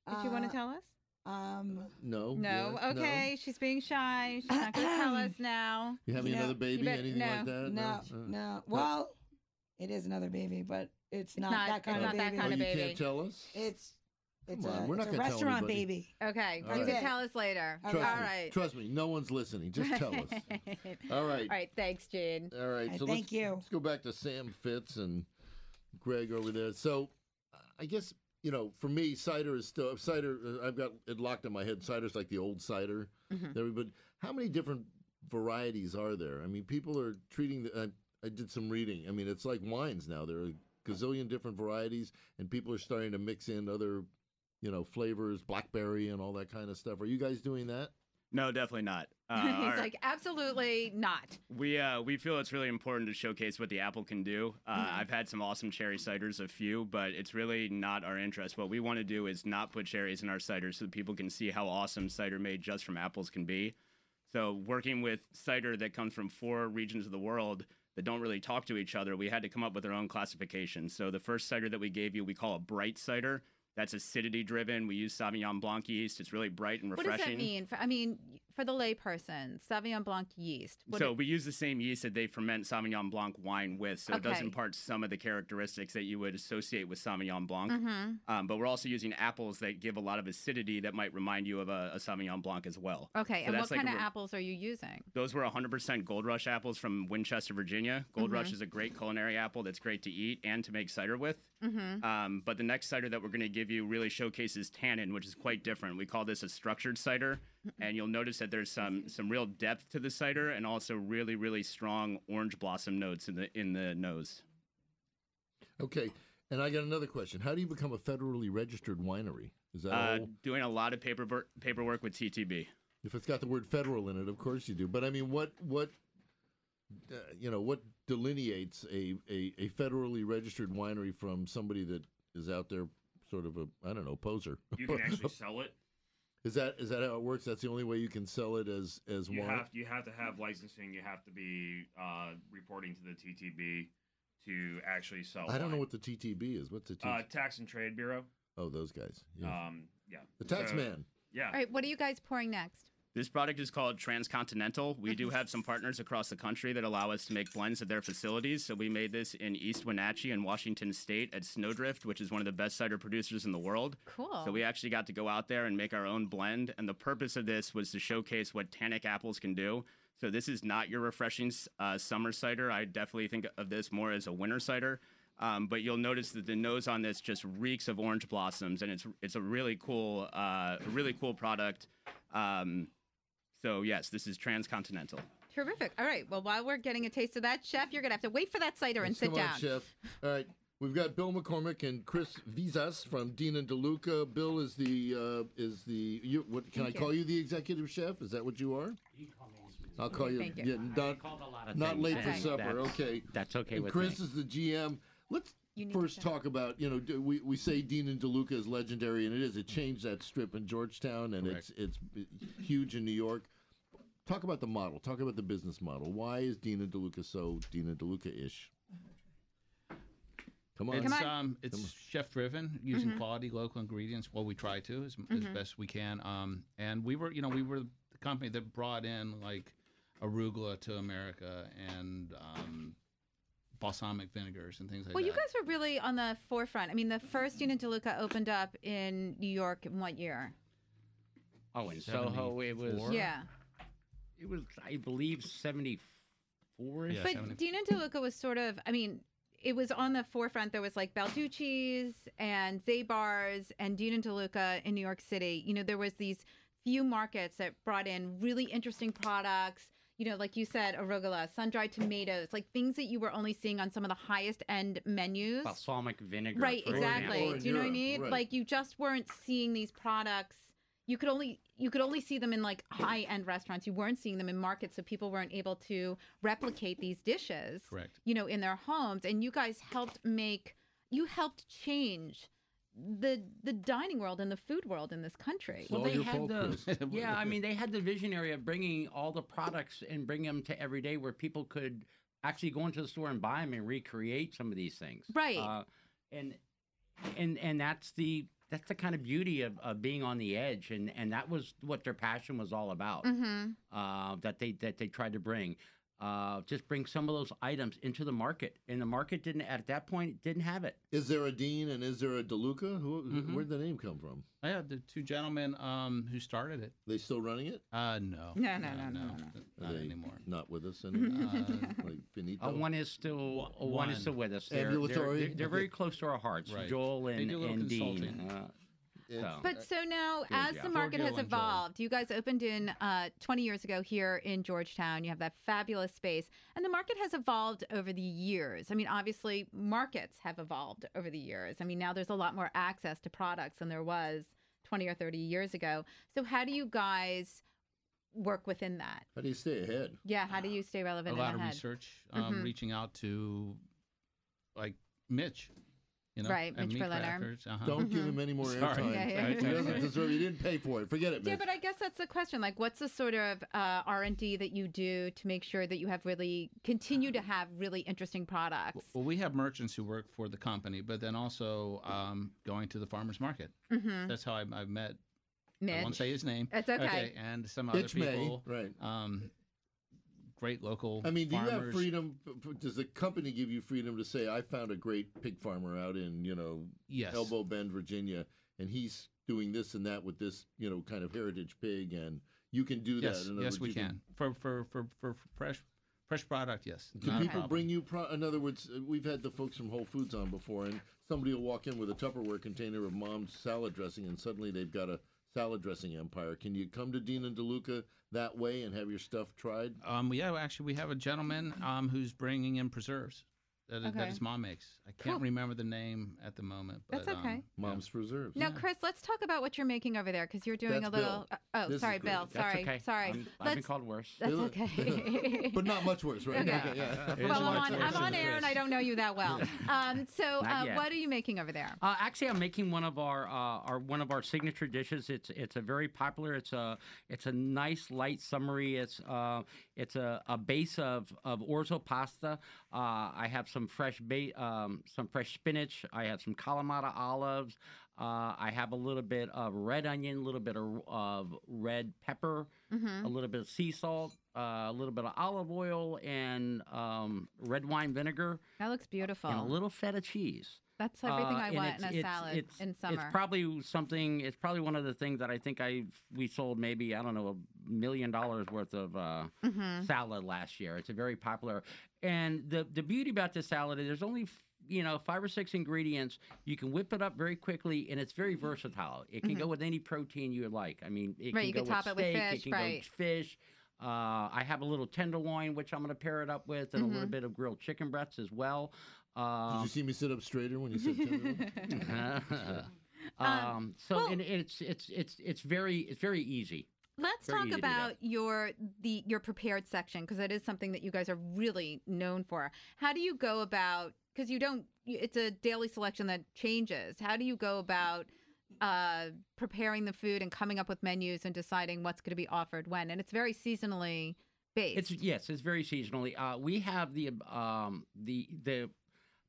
Speaker 2: Did you want
Speaker 6: Uh,
Speaker 2: to tell us?
Speaker 6: Um,
Speaker 1: Oh, No.
Speaker 2: No.
Speaker 1: yes,
Speaker 2: okay, she's being shy. She's not going to tell us now.
Speaker 1: You having
Speaker 6: Yeah.
Speaker 1: another baby?
Speaker 2: bet-
Speaker 1: anything like
Speaker 2: no,
Speaker 1: that?
Speaker 6: no,
Speaker 1: Uh,
Speaker 6: no. Well, it is another baby, but it's not,
Speaker 2: not-
Speaker 6: that
Speaker 2: it's
Speaker 6: kind of
Speaker 2: not that
Speaker 6: baby.
Speaker 1: oh,
Speaker 2: kind
Speaker 1: you
Speaker 2: of baby.
Speaker 1: can't tell us.
Speaker 6: It's it's
Speaker 1: Come
Speaker 6: a,
Speaker 1: on, we're
Speaker 6: it's
Speaker 1: not
Speaker 6: a
Speaker 1: gonna tell
Speaker 6: restaurant
Speaker 1: anybody.
Speaker 6: baby.
Speaker 2: Okay,
Speaker 1: All
Speaker 2: you
Speaker 1: right.
Speaker 2: can tell us later.
Speaker 6: All
Speaker 1: Trust
Speaker 2: All
Speaker 1: me.
Speaker 2: right.
Speaker 1: Trust me. No one's listening. Just tell us. All right.
Speaker 2: All right, thanks, Gene.
Speaker 1: All right.
Speaker 6: All right,
Speaker 1: So
Speaker 6: thank
Speaker 1: let's,
Speaker 6: you.
Speaker 1: Let's go back to Sam Fitz and Greg over there. So I guess you know, for me, cider is still cider. uh, I've got it locked in my head. Cider's like the old cider.
Speaker 2: Mhm.
Speaker 1: Everybody, how many different varieties are there? I mean, people are treating. The, I, I did some reading. I mean, it's like wines now. There are a gazillion different varieties, and people are starting to mix in other. You know, flavors, blackberry, and all that kind of stuff. Are you guys doing that?
Speaker 4: No, definitely not. Uh,
Speaker 2: He's
Speaker 4: our-
Speaker 2: like, absolutely not.
Speaker 4: We uh, we feel it's really important to showcase what the apple can do. Uh,
Speaker 2: Mm-hmm.
Speaker 4: I've had some awesome cherry ciders, a few, but it's really not our interest. What we want to do is not put cherries in our ciders so that people can see how awesome cider made just from apples can be. So working with cider that comes from four regions of the world that don't really talk to each other, we had to come up with our own classification. So the first cider that we gave you, we call a bright cider. That's acidity driven. We use Sauvignon Blanc yeast. It's really bright and
Speaker 2: What
Speaker 4: refreshing.
Speaker 2: does that mean? For, I mean, for the layperson, Sauvignon Blanc yeast. What
Speaker 4: so we use the same yeast that they ferment Sauvignon Blanc wine with, so it does
Speaker 2: Okay.
Speaker 4: impart some of the characteristics that you would associate with Sauvignon Blanc.
Speaker 2: hmm
Speaker 4: Um, but we're also using apples that give a lot of acidity that might remind you of a, a Sauvignon Blanc as well.
Speaker 2: Okay,
Speaker 4: So
Speaker 2: and what
Speaker 4: that's like
Speaker 2: kind
Speaker 4: a
Speaker 2: of
Speaker 4: re-
Speaker 2: apples are you using?
Speaker 4: Those were 100% Gold Rush apples from Winchester, Virginia. Gold Rush is a great culinary apple that's great to eat and to make cider with.
Speaker 2: Mm-hmm.
Speaker 4: Um, but the next cider that we're going to give you really showcases tannin, which is quite different. We call this a structured cider, and you'll notice that there's some some real depth to the cider, and also really really strong orange blossom notes in the in the nose.
Speaker 1: Okay. And I got another question. How do you become a federally registered winery? Is that
Speaker 4: Uh,
Speaker 1: all?
Speaker 4: doing a lot of paper ver- paperwork with TTB.
Speaker 1: If it's got the word federal in it, of course you do. But I mean, what what uh, you know what delineates a, a a federally registered winery from somebody that is out there sort of a I don't know poser?
Speaker 5: You can actually sell it.
Speaker 1: is that is that how it works? That's the only way you can sell it as as
Speaker 5: You
Speaker 1: wine.
Speaker 5: have you have to have licensing. You have to be uh, reporting to the TTB to actually sell.
Speaker 1: I don't know
Speaker 5: wine.
Speaker 1: what the TTB is. What's the TTB?
Speaker 5: uh, Tax and Trade Bureau.
Speaker 1: oh, those guys. Yeah.
Speaker 5: Um, yeah.
Speaker 1: the tax
Speaker 5: So,
Speaker 1: man.
Speaker 5: Yeah.
Speaker 2: All right, what are you guys pouring next?
Speaker 4: Uh, This product is called Transcontinental. We do have some partners across the country that allow us to make blends at their facilities. So we made this in East Wenatchee in Washington State at Snowdrift, which is one of the best cider producers in the world.
Speaker 2: Cool.
Speaker 4: So we actually got to go out there and make our own blend. And the purpose of this was to showcase what tannic apples can do. So this is not your refreshing s- uh, summer cider. I definitely think of this more as a winter cider. Um, but you'll notice that the nose on this just reeks of orange blossoms, and it's it's a really cool, uh, really cool product. Um, so yes, this is transcontinental.
Speaker 2: Terrific. All right, well, while we're getting a taste of that, Chef, you're going to have to wait for that cider and
Speaker 1: Let's
Speaker 2: sit
Speaker 1: come
Speaker 2: down.
Speaker 1: on, Chef. All right. We've got Bill McCormick and Chris Vizas from Dean and DeLuca. Bill is the uh, is the you, what can
Speaker 2: Thank
Speaker 1: I
Speaker 2: you.
Speaker 1: call you the executive chef? Is that what you are? I'll call you.
Speaker 2: Thank you.
Speaker 1: Yeah, not not late for
Speaker 2: Okay.
Speaker 1: supper.
Speaker 7: That's-
Speaker 1: Okay.
Speaker 7: That's okay
Speaker 1: And
Speaker 7: with
Speaker 1: Chris
Speaker 7: me.
Speaker 1: is the GM. Let's
Speaker 2: You need to
Speaker 1: first
Speaker 2: go.
Speaker 1: talk about you know d- we, we say Dean and DeLuca is legendary and it is. It changed that strip in Georgetown and it's it's huge in New York. Talk about the model. Talk about the business model. Why is Dean and DeLuca so Dean and DeLuca ish? Come on.
Speaker 7: It's
Speaker 2: Come on. Mm-hmm.
Speaker 7: um, it's chef driven, using quality local ingredients. Well, we try to as, as best we can. Um, and we were, you know, we were the company that brought in like arugula to America and um, balsamic vinegars and things like
Speaker 2: Well,
Speaker 7: that.
Speaker 2: you guys were really on the forefront. I mean, the first unit DeLuca opened up in New York in what year?
Speaker 7: oh,
Speaker 8: in Soho, it was-
Speaker 7: 74?
Speaker 2: Yeah.
Speaker 8: It was, I believe, seventy four.
Speaker 7: Yeah,
Speaker 2: But
Speaker 7: 70.
Speaker 2: Dina DeLuca was sort of, I mean, it was on the forefront. There was like Balducci's and Zabar's and Dina DeLuca in New York City. You know, there was these few markets that brought in really interesting products. you know, like you said, arugula, sun dried tomatoes, like things that you were only seeing on some of the highest end menus.
Speaker 8: Balsamic vinegar.
Speaker 2: Right,
Speaker 8: for
Speaker 2: exactly.
Speaker 1: Or in
Speaker 2: Do you know what I
Speaker 1: Europe,
Speaker 2: mean?
Speaker 1: right.
Speaker 2: Like you just weren't seeing these products. You could only you could only see them in like high end restaurants. You weren't seeing them in markets, so people weren't able to replicate these dishes.
Speaker 7: Correct.
Speaker 2: You know, in their homes, and you guys helped make you helped change the the dining world and the food world in this country.
Speaker 1: Well,
Speaker 8: Well,
Speaker 1: all
Speaker 8: they
Speaker 1: your
Speaker 8: had
Speaker 1: fault,
Speaker 8: the
Speaker 7: Chris.
Speaker 8: yeah. I mean, they had the visionary of bringing all the products and bring them to everyday where people could actually go into the store and buy them and recreate some of these things.
Speaker 2: Right.
Speaker 8: Uh, and and and that's the that's the kind of beauty of, of being on the edge, and and that was what their passion was all about.
Speaker 2: Mm-hmm.
Speaker 8: Uh, that they that they tried to bring. Uh, just bring some of those items into the market, and the market didn't at that point didn't have it.
Speaker 1: Is there a Dean and is there a DeLuca? Who,
Speaker 7: Mhm.
Speaker 1: Where'd the name come from?
Speaker 7: I had the two gentlemen um, who started it.
Speaker 1: They still running it?
Speaker 7: Uh, no.
Speaker 2: No, no, no, no, no,
Speaker 1: Are
Speaker 7: Not
Speaker 1: they
Speaker 7: anymore.
Speaker 1: Not with us anymore.
Speaker 7: Uh,
Speaker 1: like Benito.
Speaker 8: Mm-hmm. Uh, one is still
Speaker 7: Wa-
Speaker 8: uh, one
Speaker 7: one.
Speaker 8: is still with us. They're, they're-
Speaker 1: Ambulatory?
Speaker 8: They're, they're
Speaker 1: Okay.
Speaker 8: very close to our hearts.
Speaker 7: Right.
Speaker 8: Joel
Speaker 7: They
Speaker 8: and,
Speaker 7: do a little
Speaker 8: and Dean.
Speaker 7: consulting.
Speaker 8: Uh,
Speaker 1: It's-
Speaker 7: Oh,
Speaker 8: so.
Speaker 2: But so now,
Speaker 8: Yeah,
Speaker 2: as
Speaker 8: yeah.
Speaker 2: the market
Speaker 8: Giorgio
Speaker 2: has
Speaker 8: and Joel.
Speaker 2: evolved, you guys opened in uh, 20 years ago here in Georgetown. You have that fabulous space, and the market has evolved over the years. I mean, obviously, markets have evolved over the years. I mean, now there's a lot more access to products than there was 20 or 30 years ago. So, how do you guys work within that?
Speaker 1: How do you stay ahead?
Speaker 2: Yeah, how do you stay
Speaker 7: a
Speaker 2: relevant and
Speaker 7: lot of
Speaker 2: ahead?
Speaker 7: research, um,
Speaker 2: Mhm.
Speaker 7: reaching out to like Mitch, you know,
Speaker 2: Right,
Speaker 7: and
Speaker 2: Mitch
Speaker 7: meat
Speaker 2: Berliner. Mm-hmm.
Speaker 7: crackers, uh-huh.
Speaker 1: Don't give him any more
Speaker 7: Sorry.
Speaker 1: airtime.
Speaker 2: Yeah, yeah,
Speaker 1: He
Speaker 2: yeah.
Speaker 1: doesn't deserve. He didn't pay for it. Forget it,
Speaker 2: Yeah,
Speaker 1: man.
Speaker 2: but I guess that's the question. Like, what's the sort of uh, R and D that you do to make sure that you have really continue
Speaker 7: Um,
Speaker 2: to have really interesting products?
Speaker 7: Well, we have merchants who work for the company, but then also um, going to the farmers market.
Speaker 2: Mm-hmm.
Speaker 7: That's how I, I've met. I won't
Speaker 2: Mitch,
Speaker 7: say his name.
Speaker 2: it's okay.
Speaker 7: and some other
Speaker 1: Itch May,
Speaker 7: people.
Speaker 1: right?
Speaker 7: Um, great local.
Speaker 1: I mean, do you have
Speaker 7: farmers.
Speaker 1: freedom? f- f- Does the company give you freedom to say, "I found a great pig farmer out in you know
Speaker 7: Yes.
Speaker 1: Elbow Bend, Virginia, and he's doing this and that with this you know kind of heritage pig, and you can do
Speaker 7: Yes,
Speaker 1: that." In other
Speaker 7: yes,
Speaker 1: words,
Speaker 7: we
Speaker 1: you
Speaker 7: can. For, for for for fresh fresh product, yes.
Speaker 1: Do
Speaker 7: Not a
Speaker 1: people
Speaker 7: problem.
Speaker 1: bring you? Pro- in other words, uh, we've had the folks from Whole Foods on before, and somebody will walk in with a Tupperware container of mom's salad dressing, and suddenly they've got a salad dressing empire. Can you come to Dean and DeLuca that way and have your stuff tried?
Speaker 7: Um, yeah, well, actually, we have a gentleman um, who's bringing in preserves that, that
Speaker 2: Okay.
Speaker 7: his mom makes. I can't
Speaker 2: Cool.
Speaker 7: remember the name at the moment. But,
Speaker 2: That's okay.
Speaker 7: um,
Speaker 1: Mom's preserves.
Speaker 2: Now, Chris, let's talk about what you're making over there because you're doing
Speaker 1: That's
Speaker 2: a little. uh, oh,
Speaker 1: This is
Speaker 2: sorry,
Speaker 1: Chris.
Speaker 2: Bill.
Speaker 8: That's
Speaker 2: Sorry,
Speaker 8: okay.
Speaker 2: sorry.
Speaker 8: I'm, I've been
Speaker 2: Let's-
Speaker 8: called worse.
Speaker 2: That's
Speaker 1: Bill-
Speaker 2: okay.
Speaker 1: but not much worse, right?
Speaker 2: Okay.
Speaker 1: yeah.
Speaker 8: It's
Speaker 2: well, I'm on,
Speaker 8: much worse
Speaker 2: I'm
Speaker 8: than
Speaker 2: on air
Speaker 8: Chris.
Speaker 2: and I don't know you that well. Um, so,
Speaker 8: Not
Speaker 2: uh,
Speaker 8: yet.
Speaker 2: what are you making over there?
Speaker 8: Uh, actually, I'm making one of our uh, our one of our signature dishes. It's it's a very popular. It's a it's a nice light summery. It's uh, it's a, a base of of orzo pasta. Uh, I have some fresh ba- um, some fresh spinach. I have some Kalamata olives. Uh, I have a little bit of red onion, a little bit of, of red pepper,
Speaker 2: Mhm.
Speaker 8: a little bit of sea salt, uh, a little bit of olive oil, and um, red wine vinegar,
Speaker 2: That looks beautiful.
Speaker 8: and a little feta cheese.
Speaker 2: That's everything
Speaker 8: Uh,
Speaker 2: I
Speaker 8: and
Speaker 2: want
Speaker 8: it's-
Speaker 2: in a
Speaker 8: it's-
Speaker 2: salad
Speaker 8: it's-
Speaker 2: in summer.
Speaker 8: It's probably something. It's probably one of the things that I think I we sold maybe I don't know a million dollars worth of uh,
Speaker 2: Mhm.
Speaker 8: salad last year. It's a very popular. And the the beauty about this salad is there's only you know five or six ingredients. You can whip it up very quickly, and it's very versatile. It can go with any protein you would like. I mean, it
Speaker 2: Mm-hmm. Right,
Speaker 8: can
Speaker 2: you
Speaker 8: go
Speaker 2: could
Speaker 8: with
Speaker 2: top it with
Speaker 8: steak,
Speaker 2: fish,
Speaker 8: It can go with
Speaker 2: right.
Speaker 8: fish. Uh, I have a little tenderloin, which I'm going to pair it up with, and a
Speaker 2: Mm-hmm.
Speaker 8: little bit of grilled chicken breasts as well.
Speaker 1: Did
Speaker 8: Um,
Speaker 1: you see me sit up straighter when you said tenderloin?
Speaker 8: um, so
Speaker 2: well-
Speaker 8: and it's it's it's it's very it's very easy.
Speaker 2: Let's
Speaker 8: Very
Speaker 2: talk
Speaker 8: easy to do.
Speaker 2: about your the your prepared section because that is something that you guys are really known for. How do you go about because you don't you- it's a daily selection that changes. How do you go about uh preparing the food and coming up with menus and deciding what's going to be offered when and it's very seasonally based.
Speaker 8: It's yes, it's very seasonally. Uh, we have the um the the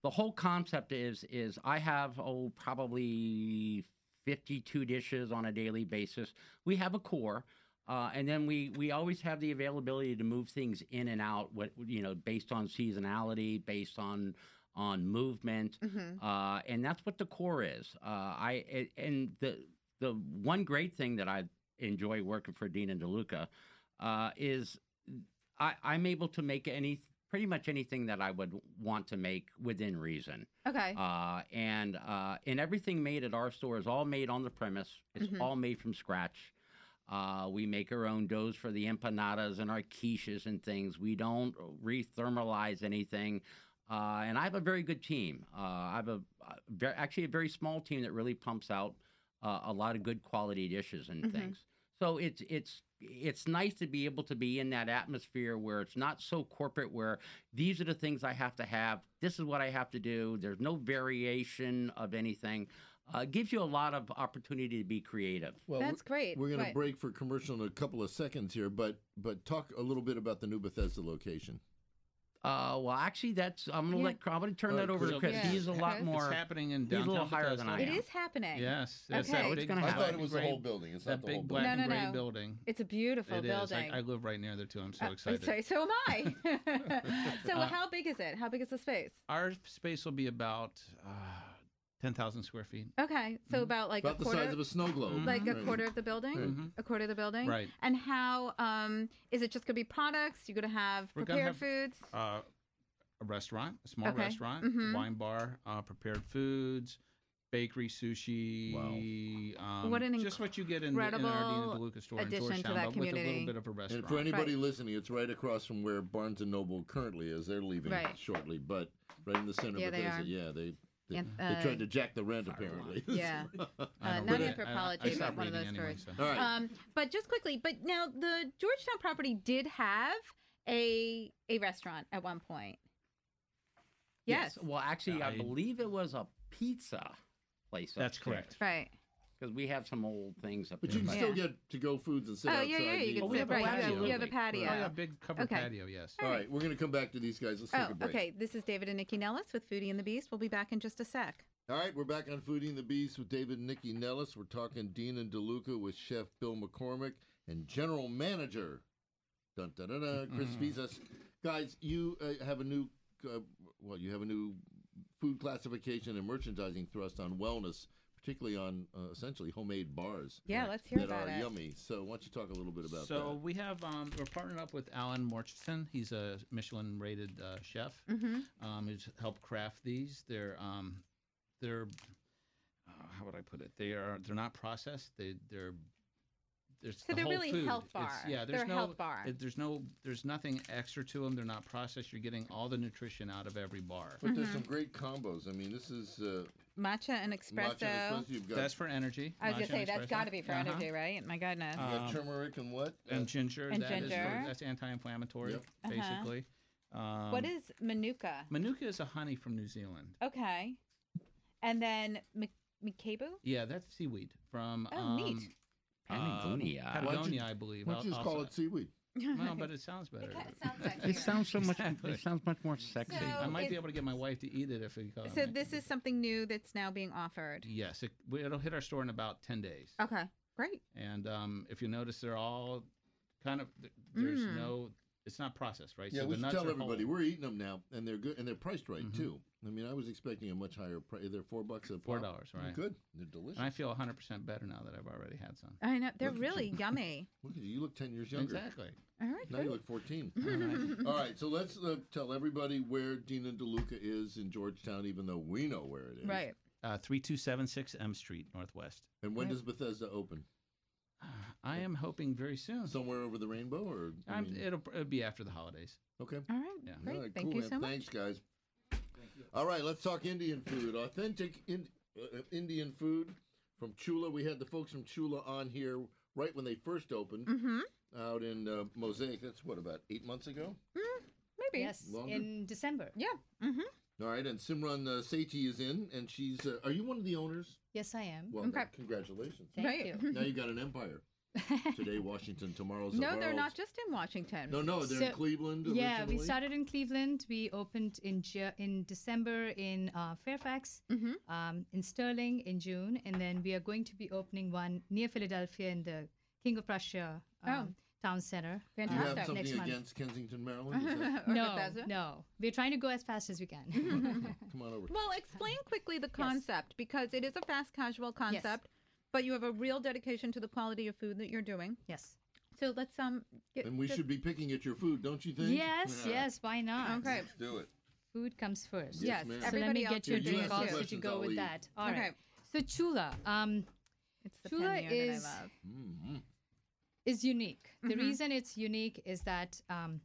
Speaker 8: the whole concept is is I have oh probably fifty two dishes on a daily basis. We have a core. Uh, and then we, we always have the availability to move things in and out, what you know, based on seasonality, based on on movement,
Speaker 2: Mhm.
Speaker 8: uh, and that's what the core is. Uh, I a- and the the one great thing that I enjoy working for Dean and DeLuca uh, is I, I'm able to make any pretty much anything that I would want to make within reason.
Speaker 2: okay.
Speaker 8: Uh, and uh, and everything made at our store is all made on the premise. It's
Speaker 2: Mhm.
Speaker 8: all made from scratch. Uh, we make our own doughs for the empanadas and our quiches and things. We don't re-thermalize anything. Uh, and I have a very good team. Uh, I have a, a ver- actually a very small team that really pumps out uh, a lot of good quality dishes and
Speaker 2: Mhm.
Speaker 4: Mm-hmm.
Speaker 8: things. So it's it's it's nice to be able to be in that atmosphere where it's not so corporate. Where these are the things I have to have. This is what I have to do. There's no variation of anything. Uh, it gives you a lot of opportunity to be creative.
Speaker 1: Well,
Speaker 2: That's great.
Speaker 1: we're going to
Speaker 2: But-
Speaker 1: break for commercial in a couple of seconds here, but but talk a little bit about the new Bethesda location.
Speaker 8: Uh, well, actually, that's I'm gonna
Speaker 2: Yeah.
Speaker 8: let I'm gonna turn
Speaker 1: All right,
Speaker 8: that over to
Speaker 7: Chris.
Speaker 8: Chris.
Speaker 2: Yeah.
Speaker 8: He's a lot
Speaker 2: It's
Speaker 8: more.
Speaker 7: It's happening in
Speaker 8: he's a
Speaker 7: downtown
Speaker 8: little higher than I
Speaker 2: It
Speaker 8: am.
Speaker 2: is happening.
Speaker 7: Yes.
Speaker 2: Okay.
Speaker 8: So
Speaker 2: Hey.
Speaker 8: it's
Speaker 7: big
Speaker 8: gonna
Speaker 1: I
Speaker 7: black
Speaker 8: happen.
Speaker 1: thought
Speaker 7: and
Speaker 1: it was the
Speaker 7: gray-
Speaker 1: whole building. It's
Speaker 7: That
Speaker 1: not the whole
Speaker 7: big
Speaker 1: building.
Speaker 7: black and
Speaker 2: No, no,
Speaker 7: gray
Speaker 2: no.
Speaker 7: building.
Speaker 2: It's a beautiful
Speaker 7: It is.
Speaker 2: building.
Speaker 7: I, I live right near there too. I'm so
Speaker 2: Uh,
Speaker 7: excited.
Speaker 2: so, so am I. so
Speaker 7: Uh,
Speaker 2: how big is it? How big is the space?
Speaker 7: Our space will be about uh, ten thousand square feet.
Speaker 2: Okay, so
Speaker 7: Mhm.
Speaker 2: about like a
Speaker 1: about the
Speaker 2: quarter,
Speaker 1: size of a Mm-hmm. snow globe.
Speaker 7: Mhm.
Speaker 2: like a
Speaker 1: Right.
Speaker 2: quarter of the building,
Speaker 1: Right.
Speaker 7: Mhm.
Speaker 2: a quarter of the building.
Speaker 7: Right.
Speaker 2: And how um, is it just going to be products? You're going to have
Speaker 7: We're gonna
Speaker 2: prepared
Speaker 7: have-
Speaker 2: foods.
Speaker 7: Uh, a restaurant, a small
Speaker 2: Okay.
Speaker 7: restaurant,
Speaker 2: Mhm.
Speaker 7: wine bar, uh, prepared foods, bakery, sushi. Um,
Speaker 2: What an
Speaker 7: just what you get in, the, in our Dean
Speaker 2: incredible
Speaker 7: and DeLuca store in
Speaker 2: addition to
Speaker 7: Georgetown,
Speaker 2: that
Speaker 7: but with a
Speaker 2: community.
Speaker 7: little bit of a
Speaker 1: And
Speaker 7: restaurant.
Speaker 1: for anybody listening, it's right across from where Barnes and Noble currently is. They're leaving
Speaker 2: Right.
Speaker 1: shortly, but right in the center
Speaker 2: Yeah,
Speaker 1: of
Speaker 2: they
Speaker 1: Bethesda.
Speaker 2: are.
Speaker 1: Yeah, they they,
Speaker 2: And,
Speaker 1: they
Speaker 2: uh,
Speaker 1: tried to jack the rent
Speaker 8: Fire
Speaker 1: apparently.
Speaker 2: yeah.
Speaker 7: I
Speaker 2: uh,
Speaker 7: don't
Speaker 2: not
Speaker 7: read it. I-
Speaker 2: anthropology,
Speaker 7: I
Speaker 2: but
Speaker 7: stopped
Speaker 2: one of those
Speaker 7: reading anyway,
Speaker 2: stories.
Speaker 7: so.
Speaker 1: All right.
Speaker 2: Um, but just quickly, but now the Georgetown property did have a a restaurant at one point. Yes.
Speaker 8: Well, actually, I
Speaker 7: I-
Speaker 8: believe it was a pizza place. up
Speaker 7: That's
Speaker 8: there,
Speaker 7: correct.
Speaker 2: Right.
Speaker 8: Because we have some old things up
Speaker 1: but
Speaker 8: there.
Speaker 1: you can
Speaker 8: but-
Speaker 1: still get to go foods and sit
Speaker 2: oh
Speaker 1: outside.
Speaker 2: yeah, yeah. You
Speaker 1: the-
Speaker 2: can
Speaker 8: Oh, we
Speaker 2: sit
Speaker 8: have a
Speaker 2: right. You
Speaker 8: patio.
Speaker 2: have, you have a
Speaker 8: Absolutely.
Speaker 7: Oh,
Speaker 2: patio.
Speaker 7: yeah, big covered
Speaker 2: Okay.
Speaker 7: patio. Yes.
Speaker 1: All right, we're going to come back to these guys. Let's take a
Speaker 2: Oh,
Speaker 1: break.
Speaker 2: okay. This is David and Nikki Nellis with Foodie and the Beast. We'll be back in just a sec.
Speaker 1: All right, we're back on Foodie and the Beast with David and Nikki Nellis. We're talking Dean and DeLuca with Chef Bill McCormick and General Manager, dun, dun, dun, dun,
Speaker 2: Mm-hmm.
Speaker 1: Chris Visas. Guys, you uh, have a new, uh, well, you have a new food classification and merchandising thrust on wellness, particularly on uh, essentially homemade bars
Speaker 2: Yeah, let's hear
Speaker 1: that
Speaker 2: about
Speaker 1: are
Speaker 2: it.
Speaker 1: yummy. So why don't you talk a little bit about
Speaker 7: so we have um, we're partnered up with Alan Morchison. He's a Michelin-rated uh, chef
Speaker 2: Mm-hmm.
Speaker 7: um, who's helped craft these. They're um, they're uh, how would I put it? They are they're not processed. They they're there's
Speaker 2: So
Speaker 7: the
Speaker 2: they're
Speaker 7: whole
Speaker 2: really
Speaker 7: food.
Speaker 2: health
Speaker 7: It's-
Speaker 2: bar.
Speaker 7: yeah, there's
Speaker 2: They're a
Speaker 7: no
Speaker 2: health bar.
Speaker 7: it- there's no there's nothing extra to them. They're not processed. You're getting all the nutrition out of every bar.
Speaker 1: that? But there's some
Speaker 2: Mm-hmm.
Speaker 1: great combos. I mean, this is uh,
Speaker 2: Matcha and
Speaker 1: matcha
Speaker 2: espresso.
Speaker 1: and espresso. You've got,
Speaker 7: That's for energy.
Speaker 2: I was gonna
Speaker 7: matcha
Speaker 2: say
Speaker 7: and
Speaker 2: that's
Speaker 7: espresso.
Speaker 2: got to be for
Speaker 7: Uh-huh.
Speaker 2: energy, right? My goodness.
Speaker 1: you got
Speaker 7: um,
Speaker 1: turmeric and what? Uh,
Speaker 7: and ginger.
Speaker 2: And
Speaker 7: that is for-
Speaker 2: ginger.
Speaker 7: that's anti-inflammatory,
Speaker 1: Yep.
Speaker 2: Uh-huh.
Speaker 7: basically. Um,
Speaker 2: what is manuka?
Speaker 7: Manuka is a honey from New Zealand.
Speaker 2: Okay, and then Mik- Mikabu.
Speaker 7: Yeah, that's seaweed from.
Speaker 2: Oh,
Speaker 7: um,
Speaker 2: neat.
Speaker 8: Patagonia.
Speaker 7: Um,
Speaker 8: Why don't
Speaker 1: you-
Speaker 7: Patagonia, I believe.
Speaker 1: why don't you just
Speaker 7: I'll-
Speaker 1: call
Speaker 7: I'll-
Speaker 1: it seaweed?
Speaker 7: Well, but it sounds better.
Speaker 8: It sounds so much.
Speaker 7: Exactly.
Speaker 8: It sounds much more sexy.
Speaker 2: So-
Speaker 7: I might
Speaker 2: it's-
Speaker 7: be able to get my wife to eat it if we call it.
Speaker 2: So
Speaker 7: Mac-
Speaker 2: this is something new that's now being offered.
Speaker 7: Yes, it, we- it'll hit our store in about ten days.
Speaker 2: Okay, great.
Speaker 7: And um, if you notice, they're all kind of. th- There's
Speaker 2: Mm.
Speaker 7: no. It's not processed, right?
Speaker 1: Yeah,
Speaker 7: so
Speaker 1: we
Speaker 7: the
Speaker 1: should
Speaker 7: nuts
Speaker 1: tell
Speaker 7: are
Speaker 1: everybody
Speaker 7: whole.
Speaker 1: we're eating them now, and they're good, and they're priced right
Speaker 7: Mhm.
Speaker 1: too. I mean, I was expecting a much higher price. They're four bucks a
Speaker 7: Four
Speaker 1: pop.
Speaker 7: dollars,
Speaker 1: They're
Speaker 7: right?
Speaker 1: Good. They're delicious.
Speaker 7: And I feel 100 percent better now that I've already had some.
Speaker 2: I know they're
Speaker 1: Look at
Speaker 2: really yummy.
Speaker 1: Look at you. You look ten years younger.
Speaker 7: Exactly.
Speaker 2: All right,
Speaker 1: Now you
Speaker 2: great.
Speaker 1: look fourteen.
Speaker 7: All right.
Speaker 1: All right, so let's uh, tell everybody where Dina DeLuca is in Georgetown, even though we know where it is.
Speaker 2: right.
Speaker 7: Uh, 3276 M Street, Northwest.
Speaker 1: And when
Speaker 2: Right.
Speaker 1: does Bethesda open?
Speaker 7: I am hoping very soon.
Speaker 1: Somewhere over the rainbow, or I
Speaker 7: I'm,
Speaker 1: mean-
Speaker 7: it'll, it'll be after the holidays.
Speaker 1: okay.
Speaker 2: All right,
Speaker 7: Yeah.
Speaker 2: great.
Speaker 1: All right,
Speaker 2: Thank
Speaker 1: cool,
Speaker 2: you
Speaker 1: man.
Speaker 2: so much.
Speaker 1: Thanks, guys. All right, let's talk Indian food. Authentic in, uh, Indian food from Chula. We had the folks from Chula on here right when they first opened
Speaker 2: Mm-hmm.
Speaker 1: out in uh, Mosaic. That's what about eight months ago.
Speaker 9: Mm,
Speaker 2: Maybe.
Speaker 9: Yes,
Speaker 1: Longer?
Speaker 9: in December.
Speaker 2: Yeah. Mm-hmm.
Speaker 1: All right, and Simran uh, Sethi is in, and she's. Uh, are you one of the owners?
Speaker 9: Yes, I am.
Speaker 1: Well,
Speaker 2: Mm-hmm. Okay.
Speaker 1: now, congratulations.
Speaker 9: Thank
Speaker 2: right.
Speaker 9: you.
Speaker 1: now you got an empire. Today, Washington. Tomorrow's. the
Speaker 2: No, they're
Speaker 1: world.
Speaker 2: not just in Washington.
Speaker 1: No, no, they're in
Speaker 9: So-
Speaker 1: Cleveland.
Speaker 9: Yeah, we
Speaker 1: originally.
Speaker 9: started in Cleveland. We opened in Ja- in December in uh, Fairfax,
Speaker 2: Mm-hmm.
Speaker 9: um, in Sterling in June, and then we are going to be opening one near Philadelphia in the King of Prussia
Speaker 2: Oh.
Speaker 9: um, Town Center.
Speaker 1: Do you have
Speaker 2: Fantastic.
Speaker 1: something
Speaker 9: next month.
Speaker 1: against Kensington, Maryland? Is that-
Speaker 2: Or
Speaker 9: No,
Speaker 2: Bethesda?
Speaker 9: no, we're trying to go as fast as we can.
Speaker 1: Come on over.
Speaker 2: Well, explain quickly the concept because it is a fast casual concept, but you have a real dedication to the quality of food that you're doing.
Speaker 9: yes.
Speaker 2: So let's um. Get,
Speaker 1: And we
Speaker 2: just-
Speaker 1: should be picking at your food, don't you think?
Speaker 9: Yes,
Speaker 1: Yeah.
Speaker 9: yes. Why not?
Speaker 2: Okay.
Speaker 1: Do it.
Speaker 9: Food comes first.
Speaker 1: Yes,
Speaker 2: Yes.
Speaker 1: ma'am. So
Speaker 9: So let
Speaker 2: Everybody
Speaker 9: me
Speaker 2: else
Speaker 9: get
Speaker 1: your
Speaker 9: your
Speaker 2: should do
Speaker 1: drink
Speaker 9: drink
Speaker 2: it
Speaker 1: ask
Speaker 9: also
Speaker 2: too.
Speaker 1: questions,
Speaker 9: to go
Speaker 1: I'll
Speaker 9: with
Speaker 1: eat.
Speaker 9: that. All right.
Speaker 2: Okay.
Speaker 9: So Chula, um,
Speaker 2: It's the
Speaker 9: Chula
Speaker 2: Chula is.
Speaker 9: is-
Speaker 1: Mm-hmm.
Speaker 9: is unique. The
Speaker 2: Mhm.
Speaker 9: reason it's unique is that um,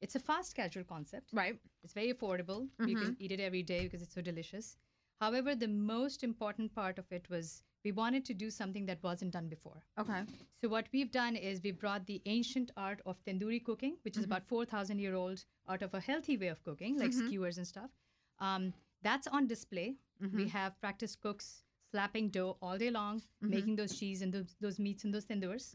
Speaker 9: it's a fast casual concept.
Speaker 2: Right. Mm-hmm.
Speaker 9: It's very affordable. You can eat it every day because it's so delicious. However, the most important part of it was we wanted to do something that wasn't done before.
Speaker 2: Okay.
Speaker 9: So what we've done is we brought the ancient art of tandoori cooking, which is
Speaker 2: Mm-hmm.
Speaker 9: about 4,000 year old art of a healthy way of cooking, like skewers and stuff. Um, that's on display.
Speaker 2: Mm-hmm.
Speaker 9: We have practiced cooks slapping dough all day long, making those cheese and those, those meats and those tandoors.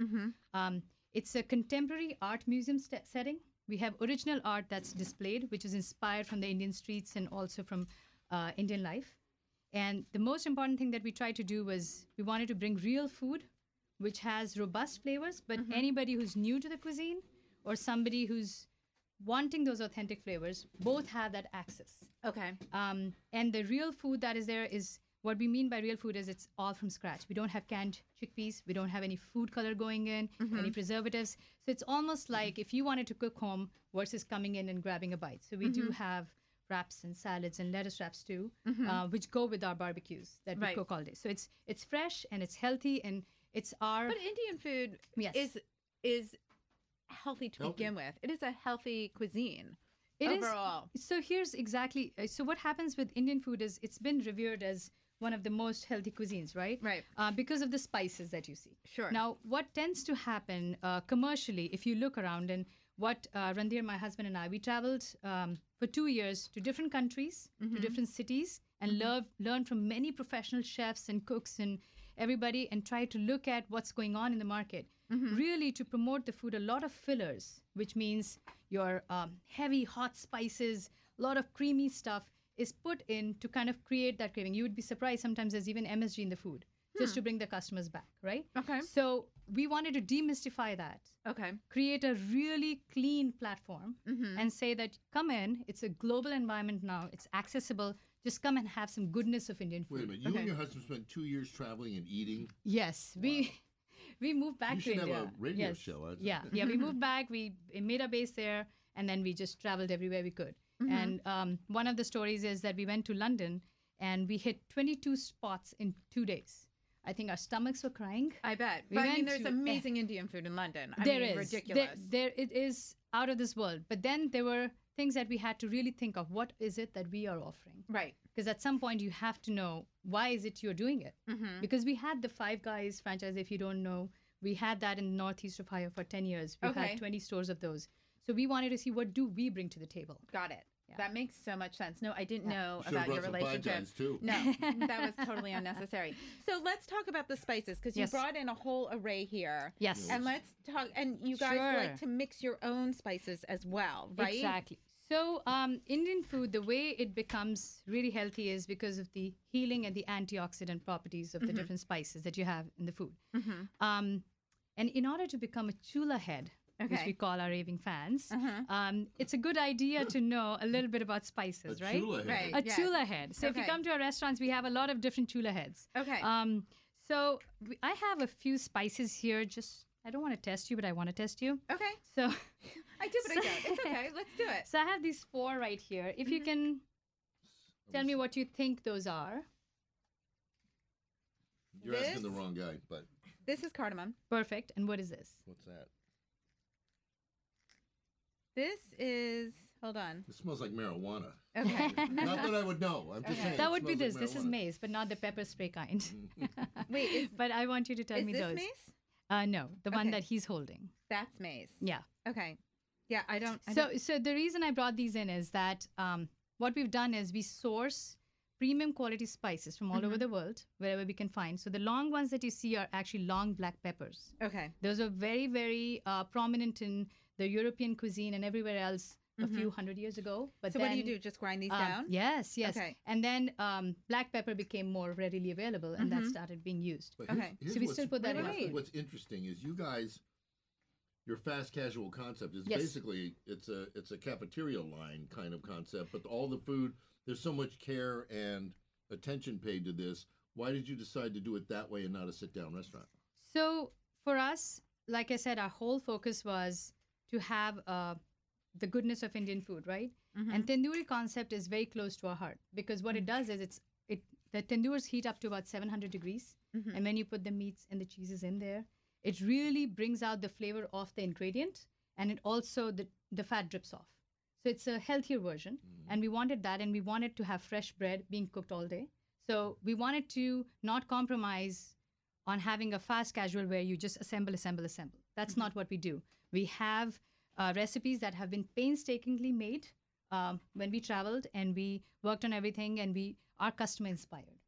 Speaker 9: Um, it's a contemporary art museum st- setting. We have original art that's displayed, which is inspired from the Indian streets and also from uh, Indian life. And the most important thing that we tried to do was we wanted to bring real food, which has robust flavors, but anybody who's new to the cuisine or somebody who's wanting those authentic flavors both have that access.
Speaker 2: Okay.
Speaker 9: Um, and the real food that is there is what we mean by real food is it's all from scratch. We don't have canned chickpeas. We don't have any food color going in, any preservatives. So it's almost like if you wanted to cook home versus coming in and grabbing a bite. So we do have wraps and salads and lettuce wraps too, uh, which go with our barbecues that we
Speaker 2: Right.
Speaker 9: cook all day. So it's it's fresh and it's healthy and it's our
Speaker 2: But Indian food
Speaker 9: Yes.
Speaker 2: is is healthy to
Speaker 1: Healthy.
Speaker 2: begin with. It is a healthy cuisine.
Speaker 9: It is-
Speaker 2: overall.
Speaker 9: so here's exactly uh, so what happens with Indian food is it's been revered as one of the most healthy cuisines, right?
Speaker 2: Right.
Speaker 9: Uh, because of the spices that you see.
Speaker 2: Sure.
Speaker 9: Now, what tends to happen uh, commercially, if you look around, and what uh, Randhir, my husband, and I, we traveled um, for two years to different countries,
Speaker 2: Mm-hmm.
Speaker 9: to different cities, and learn learn from many professional chefs and cooks and everybody, and try to look at what's going on in the market.
Speaker 2: Mm-hmm.
Speaker 9: Really, to promote the food, a lot of fillers, which means your um, heavy, hot spices, a lot of creamy stuff is put in to kind of create that craving. You would be surprised sometimes there's even MSG in the food just to bring the customers back, right?
Speaker 2: Hmm. Okay.
Speaker 9: So we wanted to demystify that,
Speaker 2: Okay. Mm-hmm.
Speaker 9: create a really clean platform, and say that come in, it's a global environment now, it's accessible. Just come and have some goodness of Indian food.
Speaker 1: Wait a minute. You
Speaker 2: Okay.
Speaker 1: and your husband spent two years traveling and eating.
Speaker 9: Yes, we we moved back
Speaker 1: You
Speaker 9: to
Speaker 1: should have
Speaker 9: India.
Speaker 1: a radio
Speaker 9: yes.
Speaker 1: show, I-
Speaker 9: Yeah, yeah, we moved back. We made a base there, and then we just traveled everywhere we could.
Speaker 2: Mm-hmm.
Speaker 9: And um, one of the stories is that we went to London and we hit 22 spots in two days. I think our stomachs were crying.
Speaker 2: I bet.
Speaker 9: We
Speaker 2: but I mean,
Speaker 9: went
Speaker 2: there's
Speaker 9: to- eh,
Speaker 2: amazing Indian food in London. I
Speaker 9: There
Speaker 2: mean,
Speaker 9: is
Speaker 2: ridiculous.
Speaker 9: There, there it is out of this world. But then there were things that we had to really think of. What is it that we are offering?
Speaker 2: right.
Speaker 9: Because at some point you have to know why is it you're doing it.
Speaker 2: Mm-hmm.
Speaker 9: Because we had the Five Guys franchise. If you don't know, we had that in northeast of Ohio for ten years. We
Speaker 2: Okay.
Speaker 9: had twenty stores of those. So we wanted to see what do we bring to the table.
Speaker 2: Got it. That makes so much sense. No, I didn't know
Speaker 1: Should've
Speaker 2: about your
Speaker 1: brought some pie
Speaker 2: relationship.
Speaker 1: giants, too.
Speaker 2: No, that was totally unnecessary. So let's talk about the spices because you
Speaker 9: Yes.
Speaker 2: brought in a whole array here.
Speaker 9: Yes.
Speaker 2: And let's talk. And you guys like
Speaker 9: Sure.
Speaker 2: to mix your own spices as well, right?
Speaker 9: Exactly. So um, Indian food, the way it becomes really healthy is because of the healing and the antioxidant properties
Speaker 2: Mm-hmm.
Speaker 9: of the different spices that you have in the food. Um, and in order to become a chula head, which
Speaker 2: Okay. Uh-huh.
Speaker 9: we call our raving fans, um, it's a good idea to know a little bit about spices,
Speaker 1: A
Speaker 9: right?
Speaker 1: chula head.
Speaker 2: Right.
Speaker 9: A
Speaker 2: yes.
Speaker 9: chula head. So if you
Speaker 2: Okay.
Speaker 9: come to our restaurants, we have a lot of different chula heads.
Speaker 2: Okay.
Speaker 9: Um, so we, I have a few spices here. Just I don't want to test you, but I want to test you.
Speaker 2: Okay.
Speaker 9: So.
Speaker 2: I do, but I don't. It's okay. Let's do it. Mm-hmm.
Speaker 9: So I have these four right here. If you can tell me what you think those are.
Speaker 1: You're asking the
Speaker 2: This?
Speaker 1: wrong guy, but
Speaker 2: This is cardamom.
Speaker 9: Perfect. And what is this?
Speaker 1: what's that?
Speaker 2: This is. Hold on.
Speaker 1: It smells like marijuana.
Speaker 2: Okay.
Speaker 1: Not that I would know. I'm just saying.
Speaker 9: that
Speaker 1: it
Speaker 9: would be
Speaker 1: smells
Speaker 9: this.
Speaker 1: like
Speaker 9: this
Speaker 1: marijuana.
Speaker 9: is
Speaker 1: Mm-hmm.
Speaker 9: maize, but not the pepper spray kind.
Speaker 2: Wait, is,
Speaker 9: but I want you to tell
Speaker 2: is
Speaker 9: me
Speaker 2: this
Speaker 9: those.
Speaker 2: mace?
Speaker 9: Uh, no, the one
Speaker 2: Okay.
Speaker 9: that he's holding.
Speaker 2: That's mace.
Speaker 9: Yeah.
Speaker 2: Okay. Yeah, I don't. I
Speaker 9: so
Speaker 2: don't-
Speaker 9: so the reason I brought these in is that um, what we've done is we source premium quality spices from all
Speaker 2: Mm-hmm.
Speaker 9: over the world wherever we can find. So the long ones that you see are actually long black peppers.
Speaker 2: okay.
Speaker 9: Those are very, very uh, prominent in the European cuisine and everywhere else a few hundred years ago. But
Speaker 2: Mm-hmm. So what do you
Speaker 9: then,
Speaker 2: do? Just grind these
Speaker 9: um,
Speaker 2: down?
Speaker 9: Yes, yes.
Speaker 2: Okay.
Speaker 9: And then um, black pepper became more readily available, and
Speaker 2: Mm-hmm.
Speaker 9: that started being used.
Speaker 1: But here's-
Speaker 2: Okay.
Speaker 1: here's
Speaker 9: So we
Speaker 1: what's-
Speaker 9: still put that in our
Speaker 1: here's
Speaker 9: food.
Speaker 1: What's interesting is you guys, your fast casual concept is
Speaker 9: Yes.
Speaker 1: basically it's a it's a cafeteria line kind of concept, but all the food there's so much care and attention paid to this. Why did you decide to do it that way and not a sit down restaurant?
Speaker 9: So for us, like I said, our whole focus was to have uh, the goodness of Indian food, right? And tandoori concept is very close to our heart because what it does is it's it the tandoors heat up to about 700 degrees, and when you put the meats and the cheeses in there, It really brings out the flavor of the ingredient, and it also the the fat drips off. So it's a healthier version, and we wanted that, and we wanted to have fresh bread being cooked all day. So we wanted to not compromise on having a fast casual where you just assemble, assemble, assemble. That's not what we do. We have uh, recipes that have been painstakingly made um, when we traveled and we worked on everything and we are customer inspired.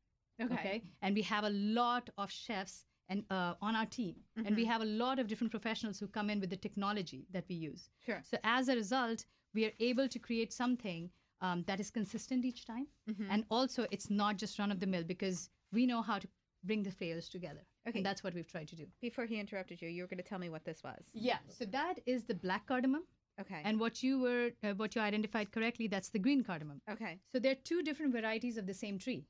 Speaker 10: Okay.
Speaker 9: And we have a lot of chefs and uh, on our team, and we have a lot of different professionals who come in with the technology that we use.
Speaker 10: Sure.
Speaker 9: So as a result, we are able to create something um, that is consistent each time,
Speaker 2: Mm-hmm.
Speaker 9: and also it's not just run of the mill because we know how to bring the flavors together.
Speaker 2: Okay.
Speaker 9: And that's what we've tried to do.
Speaker 2: Before he interrupted you, you were going to tell me what this was.
Speaker 9: Yeah. So that is the black cardamom,
Speaker 2: Okay.
Speaker 9: and what you were uh, what you identified correctly, that's the green cardamom.
Speaker 2: okay.
Speaker 9: So there are two different varieties of the same tree,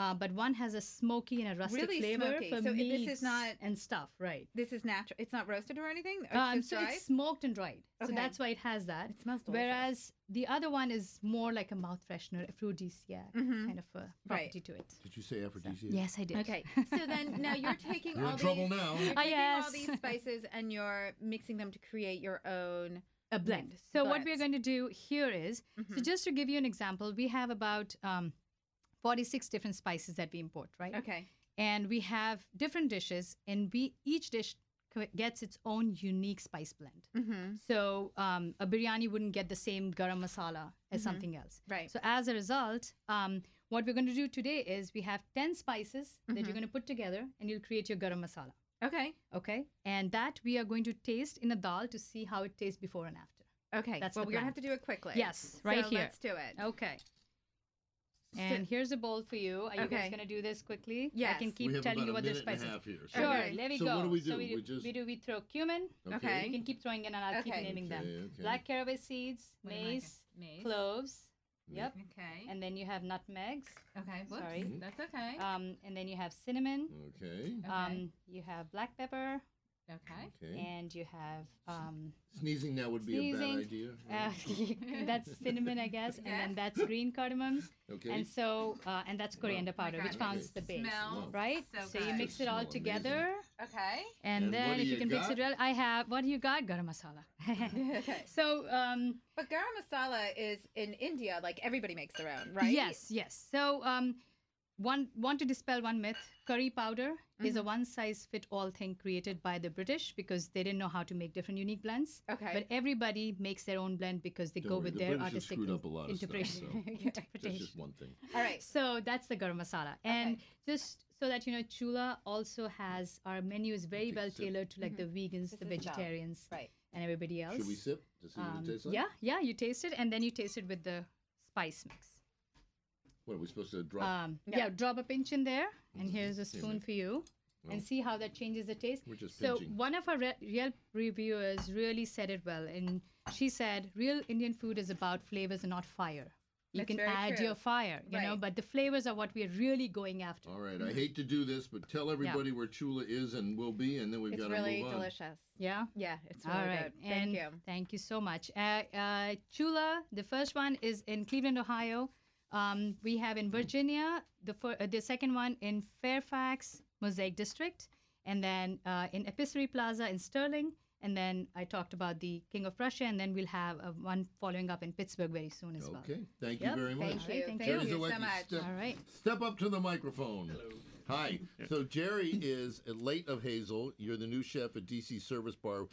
Speaker 9: uh, but one has a smoky and a rustic
Speaker 2: Really
Speaker 9: flavor
Speaker 2: smoky.
Speaker 9: for
Speaker 2: So it- this is
Speaker 9: meats
Speaker 2: not-
Speaker 9: and stuff, right?
Speaker 2: This is natural. It's not roasted or anything. It's
Speaker 9: Um,
Speaker 2: just
Speaker 9: so
Speaker 2: dried?
Speaker 9: it's smoked and dried,
Speaker 2: Okay.
Speaker 9: so that's why it has that.
Speaker 2: It smells delicious.
Speaker 9: Whereas the other one is more like a mouth freshener, aphrodisiac
Speaker 2: Mhm.
Speaker 9: kind of a property to it.
Speaker 1: Did you say aphrodisiac?
Speaker 9: Yes, I did.
Speaker 2: Okay. So then now you're taking
Speaker 1: You're in
Speaker 2: all
Speaker 1: trouble
Speaker 2: these,
Speaker 1: now.
Speaker 2: You're
Speaker 9: Ah,
Speaker 2: taking all
Speaker 9: yes.
Speaker 2: these spices and you're mixing them to create your own.
Speaker 9: a blend. So what we're
Speaker 2: blends.
Speaker 9: going to do here is- so
Speaker 2: Mhm.
Speaker 9: just to give you an example, we have about um, 46 different spices that we import, right?
Speaker 2: Okay.
Speaker 9: And we have different dishes, and we each dish co- gets its own unique spice blend.
Speaker 2: Mm-hmm.
Speaker 9: So um, a biryani wouldn't get the same garam masala as something else.
Speaker 2: Mm-hmm. Right.
Speaker 9: So as a result, um, what we're going to do today is we have 10 spices that you're going to put together, and you'll create your garam masala.
Speaker 2: Mm-hmm. Okay.
Speaker 9: Okay, and that we are going to taste in a dal to see how it tastes before and after.
Speaker 2: Okay.
Speaker 9: That's
Speaker 2: well,
Speaker 9: the
Speaker 2: we're gonna
Speaker 9: plan.
Speaker 2: have to do it quickly.
Speaker 9: Yes, right
Speaker 2: so
Speaker 9: here.
Speaker 2: Let's do it.
Speaker 9: Okay. And here's a bowl for you. Are you
Speaker 2: Okay.
Speaker 9: guys gonna do this quickly? I
Speaker 2: Yes.
Speaker 9: can keep
Speaker 1: we have
Speaker 9: telling
Speaker 1: about
Speaker 9: you
Speaker 1: a
Speaker 9: what the
Speaker 1: minute
Speaker 9: spices.
Speaker 1: and a half here.
Speaker 9: Sure,
Speaker 2: Okay.
Speaker 9: let me
Speaker 1: So
Speaker 9: go.
Speaker 1: what do we do?
Speaker 9: So we,
Speaker 1: We just-
Speaker 9: we do we throw cumin.
Speaker 2: Okay.
Speaker 9: You can keep throwing in, and I'll keep
Speaker 2: Okay.
Speaker 9: naming
Speaker 1: Okay,
Speaker 9: them.
Speaker 1: okay.
Speaker 9: Black caraway seeds,
Speaker 10: What am I
Speaker 9: mace,
Speaker 10: gonna- mace.
Speaker 9: cloves. Yep.
Speaker 10: Okay.
Speaker 9: And then you have nutmegs.
Speaker 10: okay. Whoops.
Speaker 9: sorry.
Speaker 10: That's okay.
Speaker 9: Um, and then you have cinnamon.
Speaker 1: Mm-hmm. Okay.
Speaker 10: Okay.
Speaker 9: Um, you have black pepper,
Speaker 10: okay.
Speaker 1: Okay.
Speaker 9: and you have um,
Speaker 1: Sneezing now would be a bad
Speaker 9: sneezing,
Speaker 1: idea.
Speaker 9: uh, that's cinnamon, I guess, and then that's green cardamoms.
Speaker 1: okay.
Speaker 9: And so, uh, and that's coriander
Speaker 10: my
Speaker 9: powder,
Speaker 10: God,
Speaker 9: which
Speaker 10: it
Speaker 9: founds the base,
Speaker 10: smells
Speaker 9: right?
Speaker 10: so
Speaker 9: So, you
Speaker 10: good.
Speaker 9: mix it all
Speaker 1: Smell amazing.
Speaker 9: together,
Speaker 10: Okay.
Speaker 1: And
Speaker 9: and,
Speaker 1: what
Speaker 9: then
Speaker 1: do
Speaker 9: if you,
Speaker 1: you
Speaker 9: can mix
Speaker 1: got?
Speaker 9: it well, I have what do you got? Garam masala. so, um,
Speaker 2: But garam masala is in India. Like everybody makes their own, right?
Speaker 9: yes, yes. So, um, one want to dispel one myth: curry powder is
Speaker 2: Mm-hmm.
Speaker 9: a one-size-fit-all thing created by the British because they didn't know how to make different unique blends.
Speaker 2: Okay.
Speaker 9: But everybody makes their own blend because they
Speaker 1: Don't
Speaker 9: go
Speaker 1: worry,
Speaker 9: with
Speaker 1: the
Speaker 9: their
Speaker 1: British have
Speaker 9: artistic
Speaker 1: screwed
Speaker 9: in-
Speaker 1: up a lot of stuff,
Speaker 9: interpretation.
Speaker 1: so That's
Speaker 9: interpretation.
Speaker 1: just one thing.
Speaker 2: All right.
Speaker 9: So that's the garam masala. And just so that you know, Chula also has our menu is very
Speaker 1: Take a
Speaker 9: well
Speaker 1: sip.
Speaker 9: tailored to like the vegans, the
Speaker 2: Mm-hmm. is about-
Speaker 9: vegetarians,
Speaker 2: Right.
Speaker 9: and everybody else.
Speaker 1: Should we sip to see
Speaker 9: Um,
Speaker 1: what it tastes like?
Speaker 9: Yeah, yeah. You taste it, and then you taste it with the spice mix.
Speaker 1: What are we supposed to drop? Mm-hmm.
Speaker 9: Um,
Speaker 2: Yeah.
Speaker 9: yeah. drop a pinch in there, and here's a spoon for you,
Speaker 1: Well,
Speaker 9: and see how that changes the taste.
Speaker 1: Oh. we're just
Speaker 9: so
Speaker 1: pinching.
Speaker 9: one of our re- Yelp reviewers really said it well, and she said, "Real Indian food is about flavors and not fire. You
Speaker 2: That's
Speaker 9: can
Speaker 2: very
Speaker 9: add
Speaker 2: true.
Speaker 9: your fire, you know,
Speaker 2: Right.
Speaker 9: but the flavors are what we're really going after."
Speaker 1: All right. I hate to do this, but tell everybody where Chula is and will be, and then we've
Speaker 2: It's
Speaker 1: got to
Speaker 2: really
Speaker 1: move on.
Speaker 2: delicious.
Speaker 9: Yeah.
Speaker 2: Yeah, it's
Speaker 9: All
Speaker 2: really
Speaker 9: right.
Speaker 2: good. Thank
Speaker 9: and
Speaker 2: you.
Speaker 9: Thank you so much. Uh, uh, Chula, the first one is in Cleveland, Ohio. Um, we have in Virginia, the, fir- uh, the second one in Fairfax, Mosaic District, and then uh, in Epicary Plaza in Sterling. And then I talked about the King of Prussia, and then we'll have uh, one following up in Pittsburgh very soon as well.
Speaker 1: Okay. Thank
Speaker 9: Yep,
Speaker 1: you very much.
Speaker 9: thank you. Thank
Speaker 1: Jerry
Speaker 2: you so
Speaker 1: Zawecki,
Speaker 2: much.
Speaker 1: Step,
Speaker 9: All right.
Speaker 1: Step up to the microphone. Hi. So Jerry is at Late of Hazel. You're the new chef at DC Service Bar.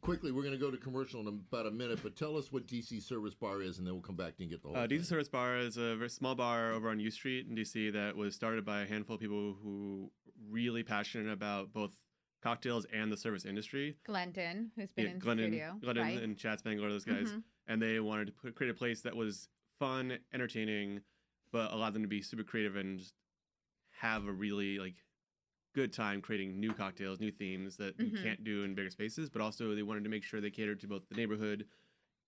Speaker 1: Quickly, we're going to go to commercial in about a minute, but tell us what DC Service Bar is, and then we'll come back and get the whole
Speaker 11: Uh,
Speaker 1: thing.
Speaker 11: DC Service Bar is a very small bar over on U Street in DC that was started by a handful of people who really passionate about both cocktails and the service industry.
Speaker 2: Glendon, who's been in
Speaker 11: Glennon,
Speaker 2: studio,
Speaker 11: Glennon
Speaker 2: right?
Speaker 11: and Chad Spangler, those guys,
Speaker 2: Mhm.
Speaker 11: and they wanted to put, create a place that was fun, entertaining, but allowed them to be super creative and just have a really like good time creating new cocktails, new themes that
Speaker 2: Mhm.
Speaker 11: you can't do in bigger spaces. But also, they wanted to make sure they catered to both the neighborhood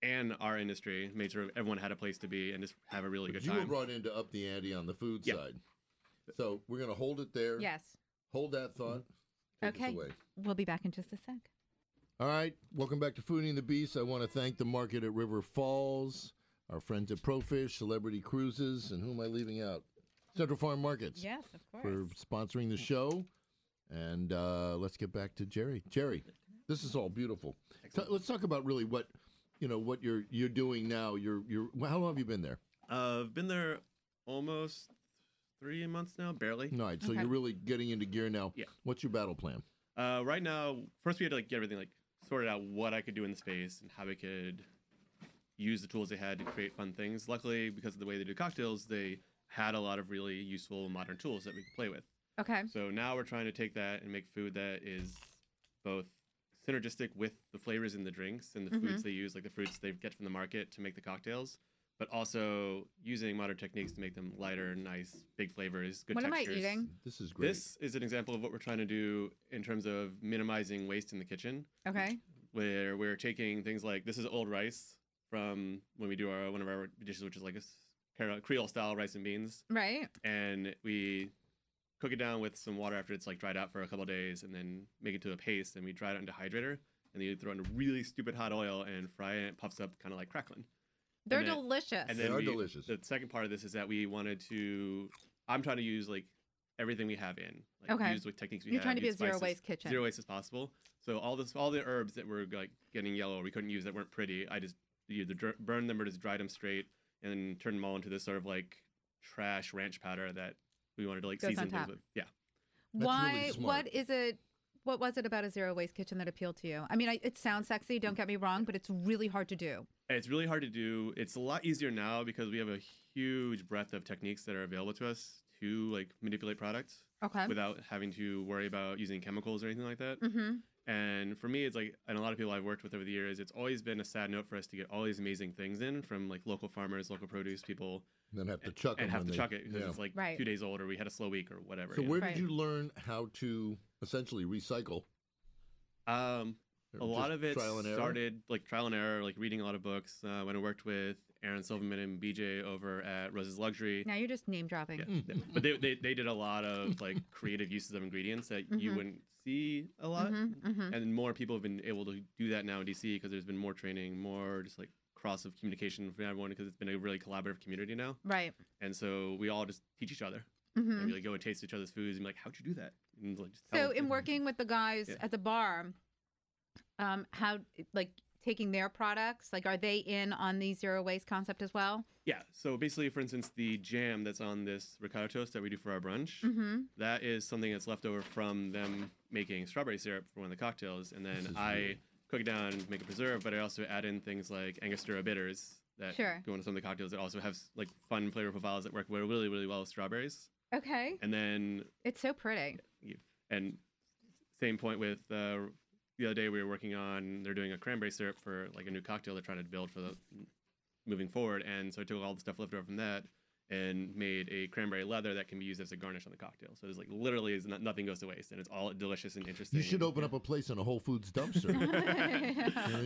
Speaker 11: and our industry, made sure everyone had a place to be and just have a really
Speaker 1: But
Speaker 11: good
Speaker 1: you were
Speaker 11: time.
Speaker 1: brought in to up the ante on the food
Speaker 11: Yeah.
Speaker 1: side. So we're going to hold it there.
Speaker 2: yes.
Speaker 1: Hold that thought. Take us
Speaker 2: Okay.
Speaker 1: away.
Speaker 2: We'll be back in just a sec.
Speaker 1: All right, welcome back to Foodie and the Beast. I want to thank the market at River Falls, our friends at Profish, Celebrity Cruises, and who am I leaving out? Central Farm Markets
Speaker 2: Yes, of course.
Speaker 1: for sponsoring the show. And uh, let's get back to Jerry. Jerry, this is all beautiful. So let's talk about really what you know what you're you're doing now. You're you're well, how long have you been there?
Speaker 11: Uh, I've been there almost three months now, barely.
Speaker 1: All right, so you're really getting into gear now.
Speaker 11: Yeah.
Speaker 1: What's your battle plan?
Speaker 11: Uh, right now, first we had to like get everything like sorted out what I could do in the space and how we could use the tools they had to create fun things. Luckily, because of the way they do cocktails, they had a lot of really useful modern tools that we could play with.
Speaker 2: Okay.
Speaker 11: So now we're trying to take that and make food that is both synergistic with the flavors in the drinks and the
Speaker 2: Mm-hmm.
Speaker 11: foods they use, like the fruits they get from the market to make the cocktails, but also using modern techniques to make them lighter, nice, big flavors, good
Speaker 2: What am I
Speaker 11: textures.
Speaker 2: eating?
Speaker 1: This is great.
Speaker 11: This is an example of what we're trying to do in terms of minimizing waste in the kitchen,
Speaker 2: Okay.
Speaker 11: where we're taking things like this is old rice from when we do our one of our dishes, which is like a s- Cre- Creole style rice and beans,
Speaker 2: Right.
Speaker 11: and we cook it down with some water after it's like dried out for a couple days, and then make it to a paste, and we dry it out in dehydrator, and then you throw it in really stupid hot oil and fry it, and it puffs up kind of like crackling.
Speaker 2: They're
Speaker 11: And then-
Speaker 2: delicious.
Speaker 11: And
Speaker 1: They
Speaker 11: then
Speaker 1: are
Speaker 11: we-
Speaker 1: delicious.
Speaker 11: The second part of this is that we wanted to. I'm trying to use like everything we have in. Like,
Speaker 2: Okay.
Speaker 11: Use what techniques we
Speaker 2: You're
Speaker 11: have.
Speaker 2: trying to be
Speaker 11: use
Speaker 2: a zero
Speaker 11: spices,
Speaker 2: waste kitchen.
Speaker 11: Zero waste as possible. So all this, all the herbs that were like getting yellow, or we couldn't use that weren't pretty. I just either dr- burned them or just dried them straight and then turned them all into this sort of like trash ranch powder that we wanted to like
Speaker 2: Goes on
Speaker 11: season
Speaker 2: top.
Speaker 11: things with. Yeah.
Speaker 1: really
Speaker 2: Why?
Speaker 1: smart.
Speaker 2: what is it? What was it about a zero waste kitchen that appealed to you? I mean, I, it sounds sexy. Don't get me wrong, but it's really hard to do.
Speaker 11: And It's really hard to do. It's a lot easier now because we have a huge breadth of techniques that are available to us to like manipulate products.
Speaker 2: Okay.
Speaker 11: without having to worry about using chemicals or anything like that.
Speaker 2: mm-hmm.
Speaker 11: And for me, it's like, and a lot of people I've worked with over the years, it's always been a sad note for us to get all these amazing things in from like local farmers, local produce people,
Speaker 1: Then have to chuck
Speaker 11: and
Speaker 1: them
Speaker 11: have
Speaker 1: when
Speaker 11: to
Speaker 1: they-
Speaker 11: chuck it because
Speaker 1: yeah.
Speaker 11: it's like
Speaker 2: Right.
Speaker 11: two days old or we had a slow week or whatever.
Speaker 1: So
Speaker 11: you know?
Speaker 1: where
Speaker 2: Right.
Speaker 1: did you learn how to essentially recycle?
Speaker 11: um, a lot of it
Speaker 1: trial and error?
Speaker 11: started like trial and error, like reading a lot of books. Uh, when I worked with Aaron Silverman and BJ over at Rose's Luxury,
Speaker 2: Now you're just name dropping.
Speaker 11: Yeah.
Speaker 1: Mm-hmm.
Speaker 11: th- but they, they, they did a lot of like creative uses of ingredients that you
Speaker 2: Mhm.
Speaker 11: wouldn't see a lot.
Speaker 2: Mm-hmm. hmm
Speaker 11: and more people have been able to do that now in DC because there's been more training, more just like cross of communication from everyone because it's been a really collaborative community now.
Speaker 2: Right.
Speaker 11: And so we all just teach each other
Speaker 2: hmm
Speaker 11: and we like go and taste each other's foods and be like, how'd you do that? And like, just tell
Speaker 2: So
Speaker 11: them.
Speaker 2: in working with the guys
Speaker 11: Yeah.
Speaker 2: at the bar, um, how like taking their products, like are they in on the zero waste concept as well?
Speaker 11: yeah. So basically, for instance, the jam that's on this ricotta toast that we do for our brunch,
Speaker 2: Mm-hmm.
Speaker 11: that is something that's left over from them making strawberry syrup for one of the cocktails, and
Speaker 1: This
Speaker 11: then
Speaker 1: is
Speaker 11: I
Speaker 1: really-
Speaker 11: cook it down, and make a preserve, but I also add in things like Angostura bitters that
Speaker 2: Sure.
Speaker 11: go into some of the cocktails that also have like fun flavor profiles that work really really well with strawberries.
Speaker 2: Okay.
Speaker 11: And then,
Speaker 2: It's so pretty.
Speaker 11: and same point with uh, the other day we were working on. They're doing a cranberry syrup for like a new cocktail they're trying to build for the moving forward. And so I took all the stuff left over from that and made a cranberry leather that can be used as a garnish on the cocktail. So there's like literally is not, nothing goes to waste, and it's all delicious and interesting.
Speaker 1: You should open up a place in a Whole Foods dumpster.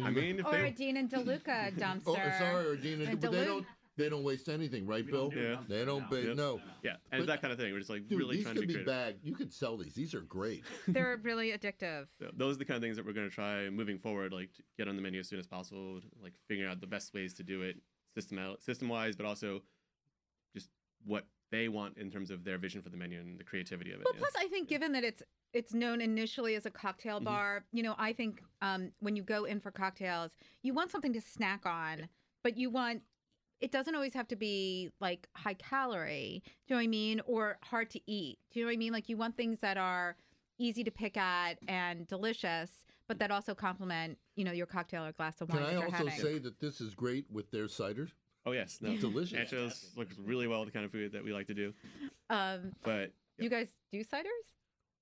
Speaker 11: I mean, if
Speaker 2: or a
Speaker 11: they,
Speaker 2: Dean and DeLuca dumpster.
Speaker 1: oh, sorry, or Gina,
Speaker 2: And
Speaker 1: but they
Speaker 2: dilute-
Speaker 1: don't. They don't waste anything, right, Bill?
Speaker 11: do Yeah.
Speaker 1: They don't. ba-
Speaker 11: Yep.
Speaker 1: No,
Speaker 11: yeah, and it's
Speaker 1: But-
Speaker 11: that kind of thing. We're just like
Speaker 1: dude,
Speaker 11: really
Speaker 1: these
Speaker 11: trying to
Speaker 1: could
Speaker 11: be
Speaker 1: be
Speaker 11: creative.
Speaker 1: bagged. You could sell these. These are great.
Speaker 2: They're really addictive.
Speaker 11: So those are the kind of things that we're going to try moving forward, like to get on the menu as soon as possible, to, like figuring out the best ways to do it system system wise, but also just what they want in terms of their vision for the menu and the creativity of it.
Speaker 2: Well,
Speaker 11: yeah.
Speaker 2: plus I think given that it's it's known initially as a cocktail
Speaker 11: Mhm.
Speaker 2: bar, you know, I think um, when you go in for cocktails, you want something to snack on, but you want it doesn't always have to be like high calorie. Do you know what I mean? Or hard to eat. Do you know what I mean? Like you want things that are easy to pick at and delicious, but that also complement, you know, your cocktail or glass of wine
Speaker 1: Can
Speaker 2: that
Speaker 1: I
Speaker 2: you're
Speaker 1: also
Speaker 2: having.
Speaker 1: say that this is great with their cider?
Speaker 11: oh yes, no,
Speaker 1: Delicious.
Speaker 11: Anchos looks really well with the kind of food that we like to do,
Speaker 2: um,
Speaker 11: but
Speaker 2: you guys do ciders?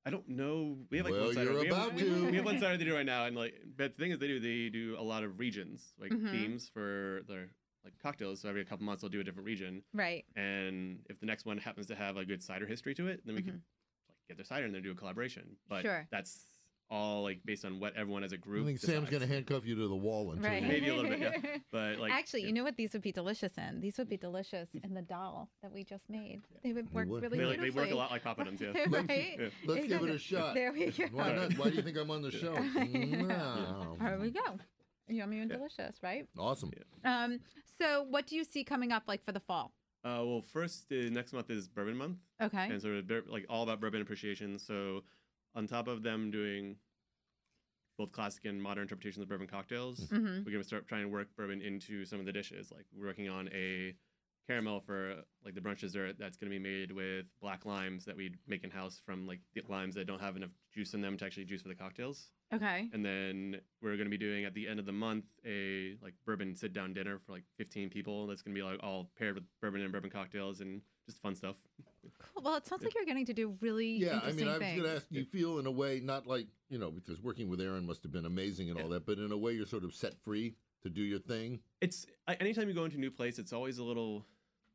Speaker 11: I don't know. We have like
Speaker 1: Well,
Speaker 11: one cider.
Speaker 1: you're
Speaker 11: we,
Speaker 1: about
Speaker 11: have, we-
Speaker 1: to.
Speaker 11: we have one cider they do right now, and like, but the thing is, they do they do a lot of regions, like
Speaker 2: Mhm.
Speaker 11: themes for their like cocktails. So every couple months, they'll do a different region.
Speaker 2: Right.
Speaker 11: and if the next one happens to have a good cider history to it, then we could like get their cider and then do a collaboration. But
Speaker 2: Mm-hmm. Sure.
Speaker 11: that's all like based on what everyone as a
Speaker 1: I
Speaker 11: group.
Speaker 1: think Sam's
Speaker 11: decides.
Speaker 1: going to handcuff you to the wall until
Speaker 2: Right.
Speaker 1: you-
Speaker 11: Maybe a little bit, yeah. But Uh, like
Speaker 2: Actually,
Speaker 11: yeah.
Speaker 2: you know what these would be delicious in? These would be delicious in the doll that we just made. They would
Speaker 1: They
Speaker 2: work
Speaker 1: would.
Speaker 2: really
Speaker 11: they,
Speaker 2: beautifully.
Speaker 11: like, they work a lot like Papadums, yeah.
Speaker 2: right?
Speaker 11: Yeah.
Speaker 1: Let's give it
Speaker 2: Exactly.
Speaker 1: a shot.
Speaker 2: There we go.
Speaker 1: Why not? Why do you think I'm on the show? Wow.
Speaker 2: There we go. Yummy and delicious, right?
Speaker 1: Awesome.
Speaker 2: Um, so what do you see coming up like for the fall?
Speaker 11: Uh, well, first uh, next month is Bourbon Month,
Speaker 2: Okay.
Speaker 11: and so we're bur- like all about bourbon appreciation. So on top of them doing both classic and modern interpretations of bourbon cocktails,
Speaker 2: Mm-hmm.
Speaker 11: we're gonna start trying to work bourbon into some of the dishes. Like we're working on a caramel for uh, like the brunch dessert that's gonna be made with black limes that we make in house from like the limes that don't have enough juice in them to actually juice for the cocktails.
Speaker 2: Okay.
Speaker 11: And then we're gonna be doing at the end of the month a like bourbon sit down dinner for like 15 people. That's gonna be like all paired with bourbon and bourbon cocktails and just fun stuff.
Speaker 2: Cool. Well, it sounds like you're getting to do really
Speaker 1: Yeah, I
Speaker 2: interesting
Speaker 1: mean, I was
Speaker 2: things.
Speaker 1: going to ask. You feel in a way not like you know because working with Aaron must have been amazing and all that, but in a way you're sort of set free to do your thing.
Speaker 11: it's I- anytime you go into a new place, it's always a little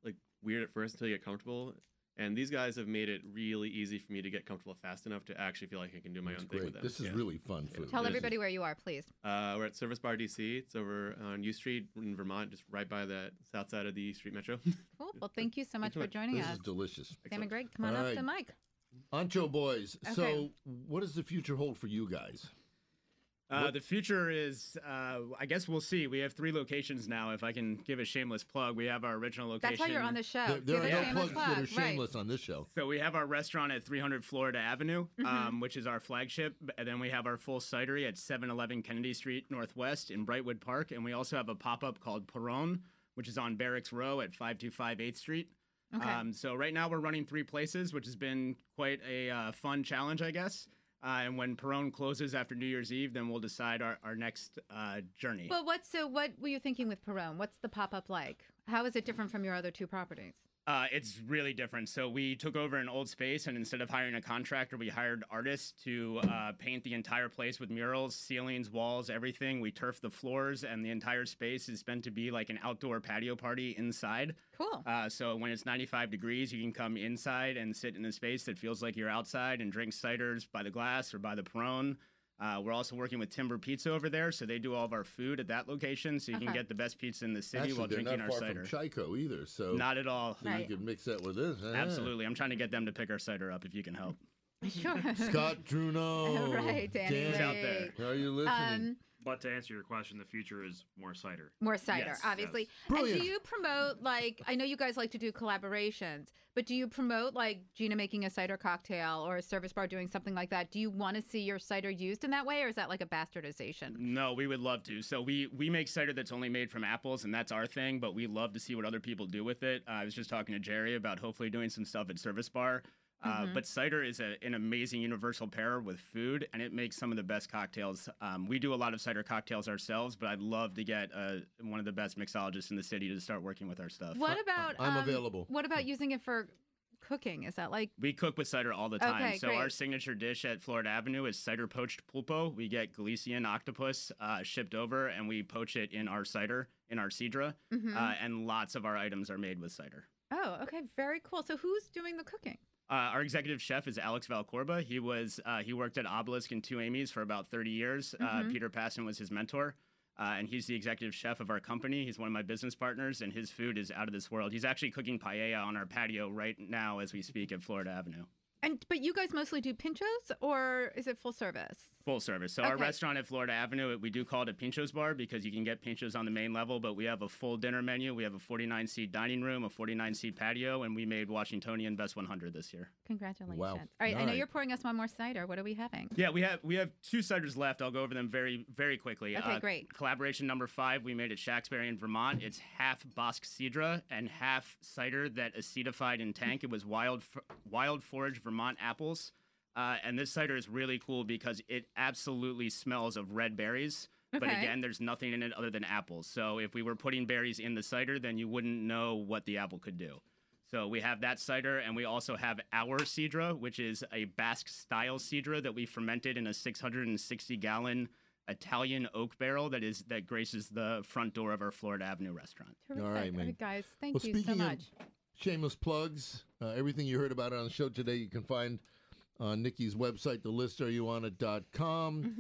Speaker 11: like weird at first until you get comfortable. And these guys have made it really easy for me to get comfortable fast enough to actually feel like I can do my
Speaker 1: It's
Speaker 11: own thing with them.
Speaker 1: great. This is
Speaker 11: Yeah.
Speaker 1: really fun food.
Speaker 2: Tell
Speaker 11: This is-
Speaker 2: everybody where you are, please.
Speaker 11: Uh, we're at Service Bar DC. It's over on U Street in Vermont, just right by the south side of the U Street Metro.
Speaker 2: Cool. Well, thank you so much
Speaker 11: so
Speaker 2: for
Speaker 11: much.
Speaker 2: joining
Speaker 1: This
Speaker 2: us.
Speaker 1: is delicious.
Speaker 2: Sam and
Speaker 11: Excellent.
Speaker 2: Greg, come on
Speaker 1: All
Speaker 2: up
Speaker 1: right.
Speaker 2: the mic.
Speaker 1: Ancho Oh, boys. So,
Speaker 2: Okay.
Speaker 1: what does the future hold for you guys?
Speaker 4: Uh, the future is, uh, I guess we'll see. We have three locations now. If I can give a shameless plug, we have our original location.
Speaker 2: That's why you're on the show.
Speaker 1: there there
Speaker 2: You're the
Speaker 1: are no
Speaker 2: shameless
Speaker 1: plugs that are
Speaker 2: plug, right.
Speaker 1: shameless on this show.
Speaker 4: So we have our restaurant at 300 Florida Avenue,
Speaker 2: Mm-hmm.
Speaker 4: um, which is our flagship, and then we have our full cidery at 711 Kennedy Street Northwest in Brightwood Park, and we also have a pop-up called Peron, which is on Barracks Row at 525 8th Street.
Speaker 2: Okay.
Speaker 4: Um, so right now we're running three places, which has been quite a uh, fun challenge, I guess. Uh, and when Peron closes after New Year's Eve, then we'll decide our, our next uh, journey.
Speaker 2: Well, what so what were you thinking with Perone? What's the pop up like? How is it different from your other two properties?
Speaker 4: Uh, it's really different. So we took over an old space, and instead of hiring a contractor, we hired artists to uh, paint the entire place with murals, ceilings, walls, everything. We turf the floors, and the entire space is meant to be like an outdoor patio party inside.
Speaker 2: Cool.
Speaker 4: Uh, so when it's 95 degrees, you can come inside and sit in a space that feels like you're outside and drink ciders by the glass or by the Perone. Uh, we're also working with Timber Pizza over there, so they do all of our food at that location, so you can
Speaker 2: Okay.
Speaker 4: get the best pizza in the city
Speaker 1: Actually,
Speaker 4: while
Speaker 1: they're
Speaker 4: drinking
Speaker 1: not
Speaker 4: our
Speaker 1: far
Speaker 4: cider.
Speaker 1: from Chico either, so,
Speaker 4: Not at all.
Speaker 1: so
Speaker 2: Right.
Speaker 1: you could mix that with this. Ah.
Speaker 4: Absolutely. I'm trying to get them to pick our cider up if you can help.
Speaker 2: Sure.
Speaker 1: Scott Druno.
Speaker 2: All right,
Speaker 1: Dan,
Speaker 4: He's out
Speaker 2: anyway.
Speaker 4: there.
Speaker 1: Are you listening?
Speaker 2: Um,
Speaker 5: But to answer your question, the future is more cider.
Speaker 2: more cider,
Speaker 4: Yes,
Speaker 2: obviously.
Speaker 5: yes.
Speaker 2: And
Speaker 1: Brilliant.
Speaker 2: do you promote like I know you guys like to do collaborations, but do you promote like Gina making a cider cocktail or a service bar doing something like that? Do you want to see your cider used in that way, or is that like a bastardization?
Speaker 4: No, we would love to. So we we make cider that's only made from apples, and that's our thing. But we love to see what other people do with it. Uh, I was just talking to Jerry about hopefully doing some stuff at Service Bar. Uh,
Speaker 2: Mhm.
Speaker 4: But cider is a, an amazing universal pair with food, and it makes some of the best cocktails. Um, we do a lot of cider cocktails ourselves, but I'd love to get uh, one of the best mixologists in the city to start working with our stuff.
Speaker 2: What about
Speaker 1: Uh, I'm
Speaker 2: um,
Speaker 1: available.
Speaker 2: What about using it for cooking? Is that like
Speaker 4: We cook with cider all the time.
Speaker 2: Okay,
Speaker 4: so our
Speaker 2: great.
Speaker 4: signature dish at Florida Avenue is cider poached pulpo. We get Galician octopus uh, shipped over, and we poach it in our cider, in our sidra,
Speaker 2: mhm.
Speaker 4: uh, and lots of our items are made with cider.
Speaker 2: oh, okay, very cool. So who's doing the cooking?
Speaker 4: Uh, our executive chef is Alex Valcorba. He was uh, he worked at Obelisk and Two Amy's for about 30 years. Uh,
Speaker 2: Mhm.
Speaker 4: Peter Passon was his mentor, uh, and he's the executive chef of our company. He's one of my business partners, and his food is out of this world. He's actually cooking paella on our patio right now as we speak at Florida Avenue.
Speaker 2: And but you guys mostly do pinchos, or is it full service?
Speaker 4: Full service. So our
Speaker 2: Okay.
Speaker 4: restaurant at Florida Avenue, it- we do call it a Pinchos Bar because you can get pinchos on the main level, but we have a full dinner menu. We have a 49 seat dining room, a 49 seat patio, and we made Washingtonian Best 100 this year.
Speaker 2: Congratulations!
Speaker 1: Wow.
Speaker 2: All right, I
Speaker 1: All
Speaker 2: know
Speaker 1: right.
Speaker 2: you're pouring us one more cider. What are we having?
Speaker 4: Yeah, we have we have two ciders left. I'll go over them very very quickly. Uh,
Speaker 2: Okay, great.
Speaker 4: Collaboration number five we made at Shaxbury in Vermont. It's half Bosque Sidra and half cider that acetified in tank. It was wild f- wild forage Vermont apples, uh, and this cider is really cool because it absolutely smells of red berries. But
Speaker 2: Okay.
Speaker 4: again, there's nothing in it other than apples. So if we were putting berries in the cider, then you wouldn't know what the apple could do. So we have that cider, and we also have our sidra, which is a Basque style sidra that we fermented in a 660 gallon Italian oak barrel that is that graces the front door of our Florida Avenue restaurant.
Speaker 2: Terrific.
Speaker 1: All right, man.
Speaker 2: guys, thank
Speaker 1: Well,
Speaker 2: you so
Speaker 1: speaking of-
Speaker 2: much.
Speaker 1: Shameless plugs. Uh, everything you heard about on the show today, you can find on Nikki's website, the list are you on it.com.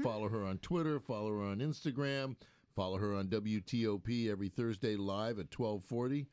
Speaker 1: Follow her on Twitter, follow her on Instagram, follow her on WTOP every Thursday live at 1240.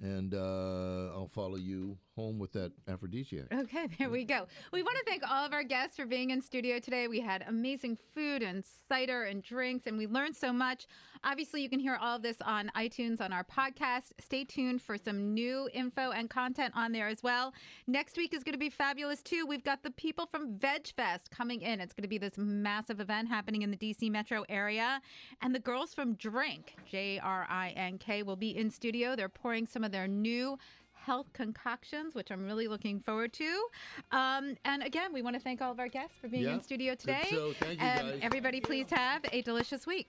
Speaker 1: And uh, I'll follow you home with that aphrodisiac.
Speaker 2: Okay, there we go. We want to thank all of our guests for being in studio today. We had amazing food and cider and drinks, and we learned so much. Obviously, you can hear all of this on iTunes on our podcast. Stay tuned for some new info and content on there as well. Next week is going to be fabulous, too. We've got the people from Veg Fest coming in. It's going to be this massive event happening in the DC metro area. And the girls from Drink, J R I N K, will be in studio. They're pouring some of their new health concoctions, which I'm really looking forward to. Um, and again, we want to thank all of our guests for being
Speaker 1: Yeah,
Speaker 2: in studio
Speaker 1: good
Speaker 2: today.
Speaker 1: show. Thank you,
Speaker 2: and
Speaker 1: guys.
Speaker 2: everybody, please have a delicious week.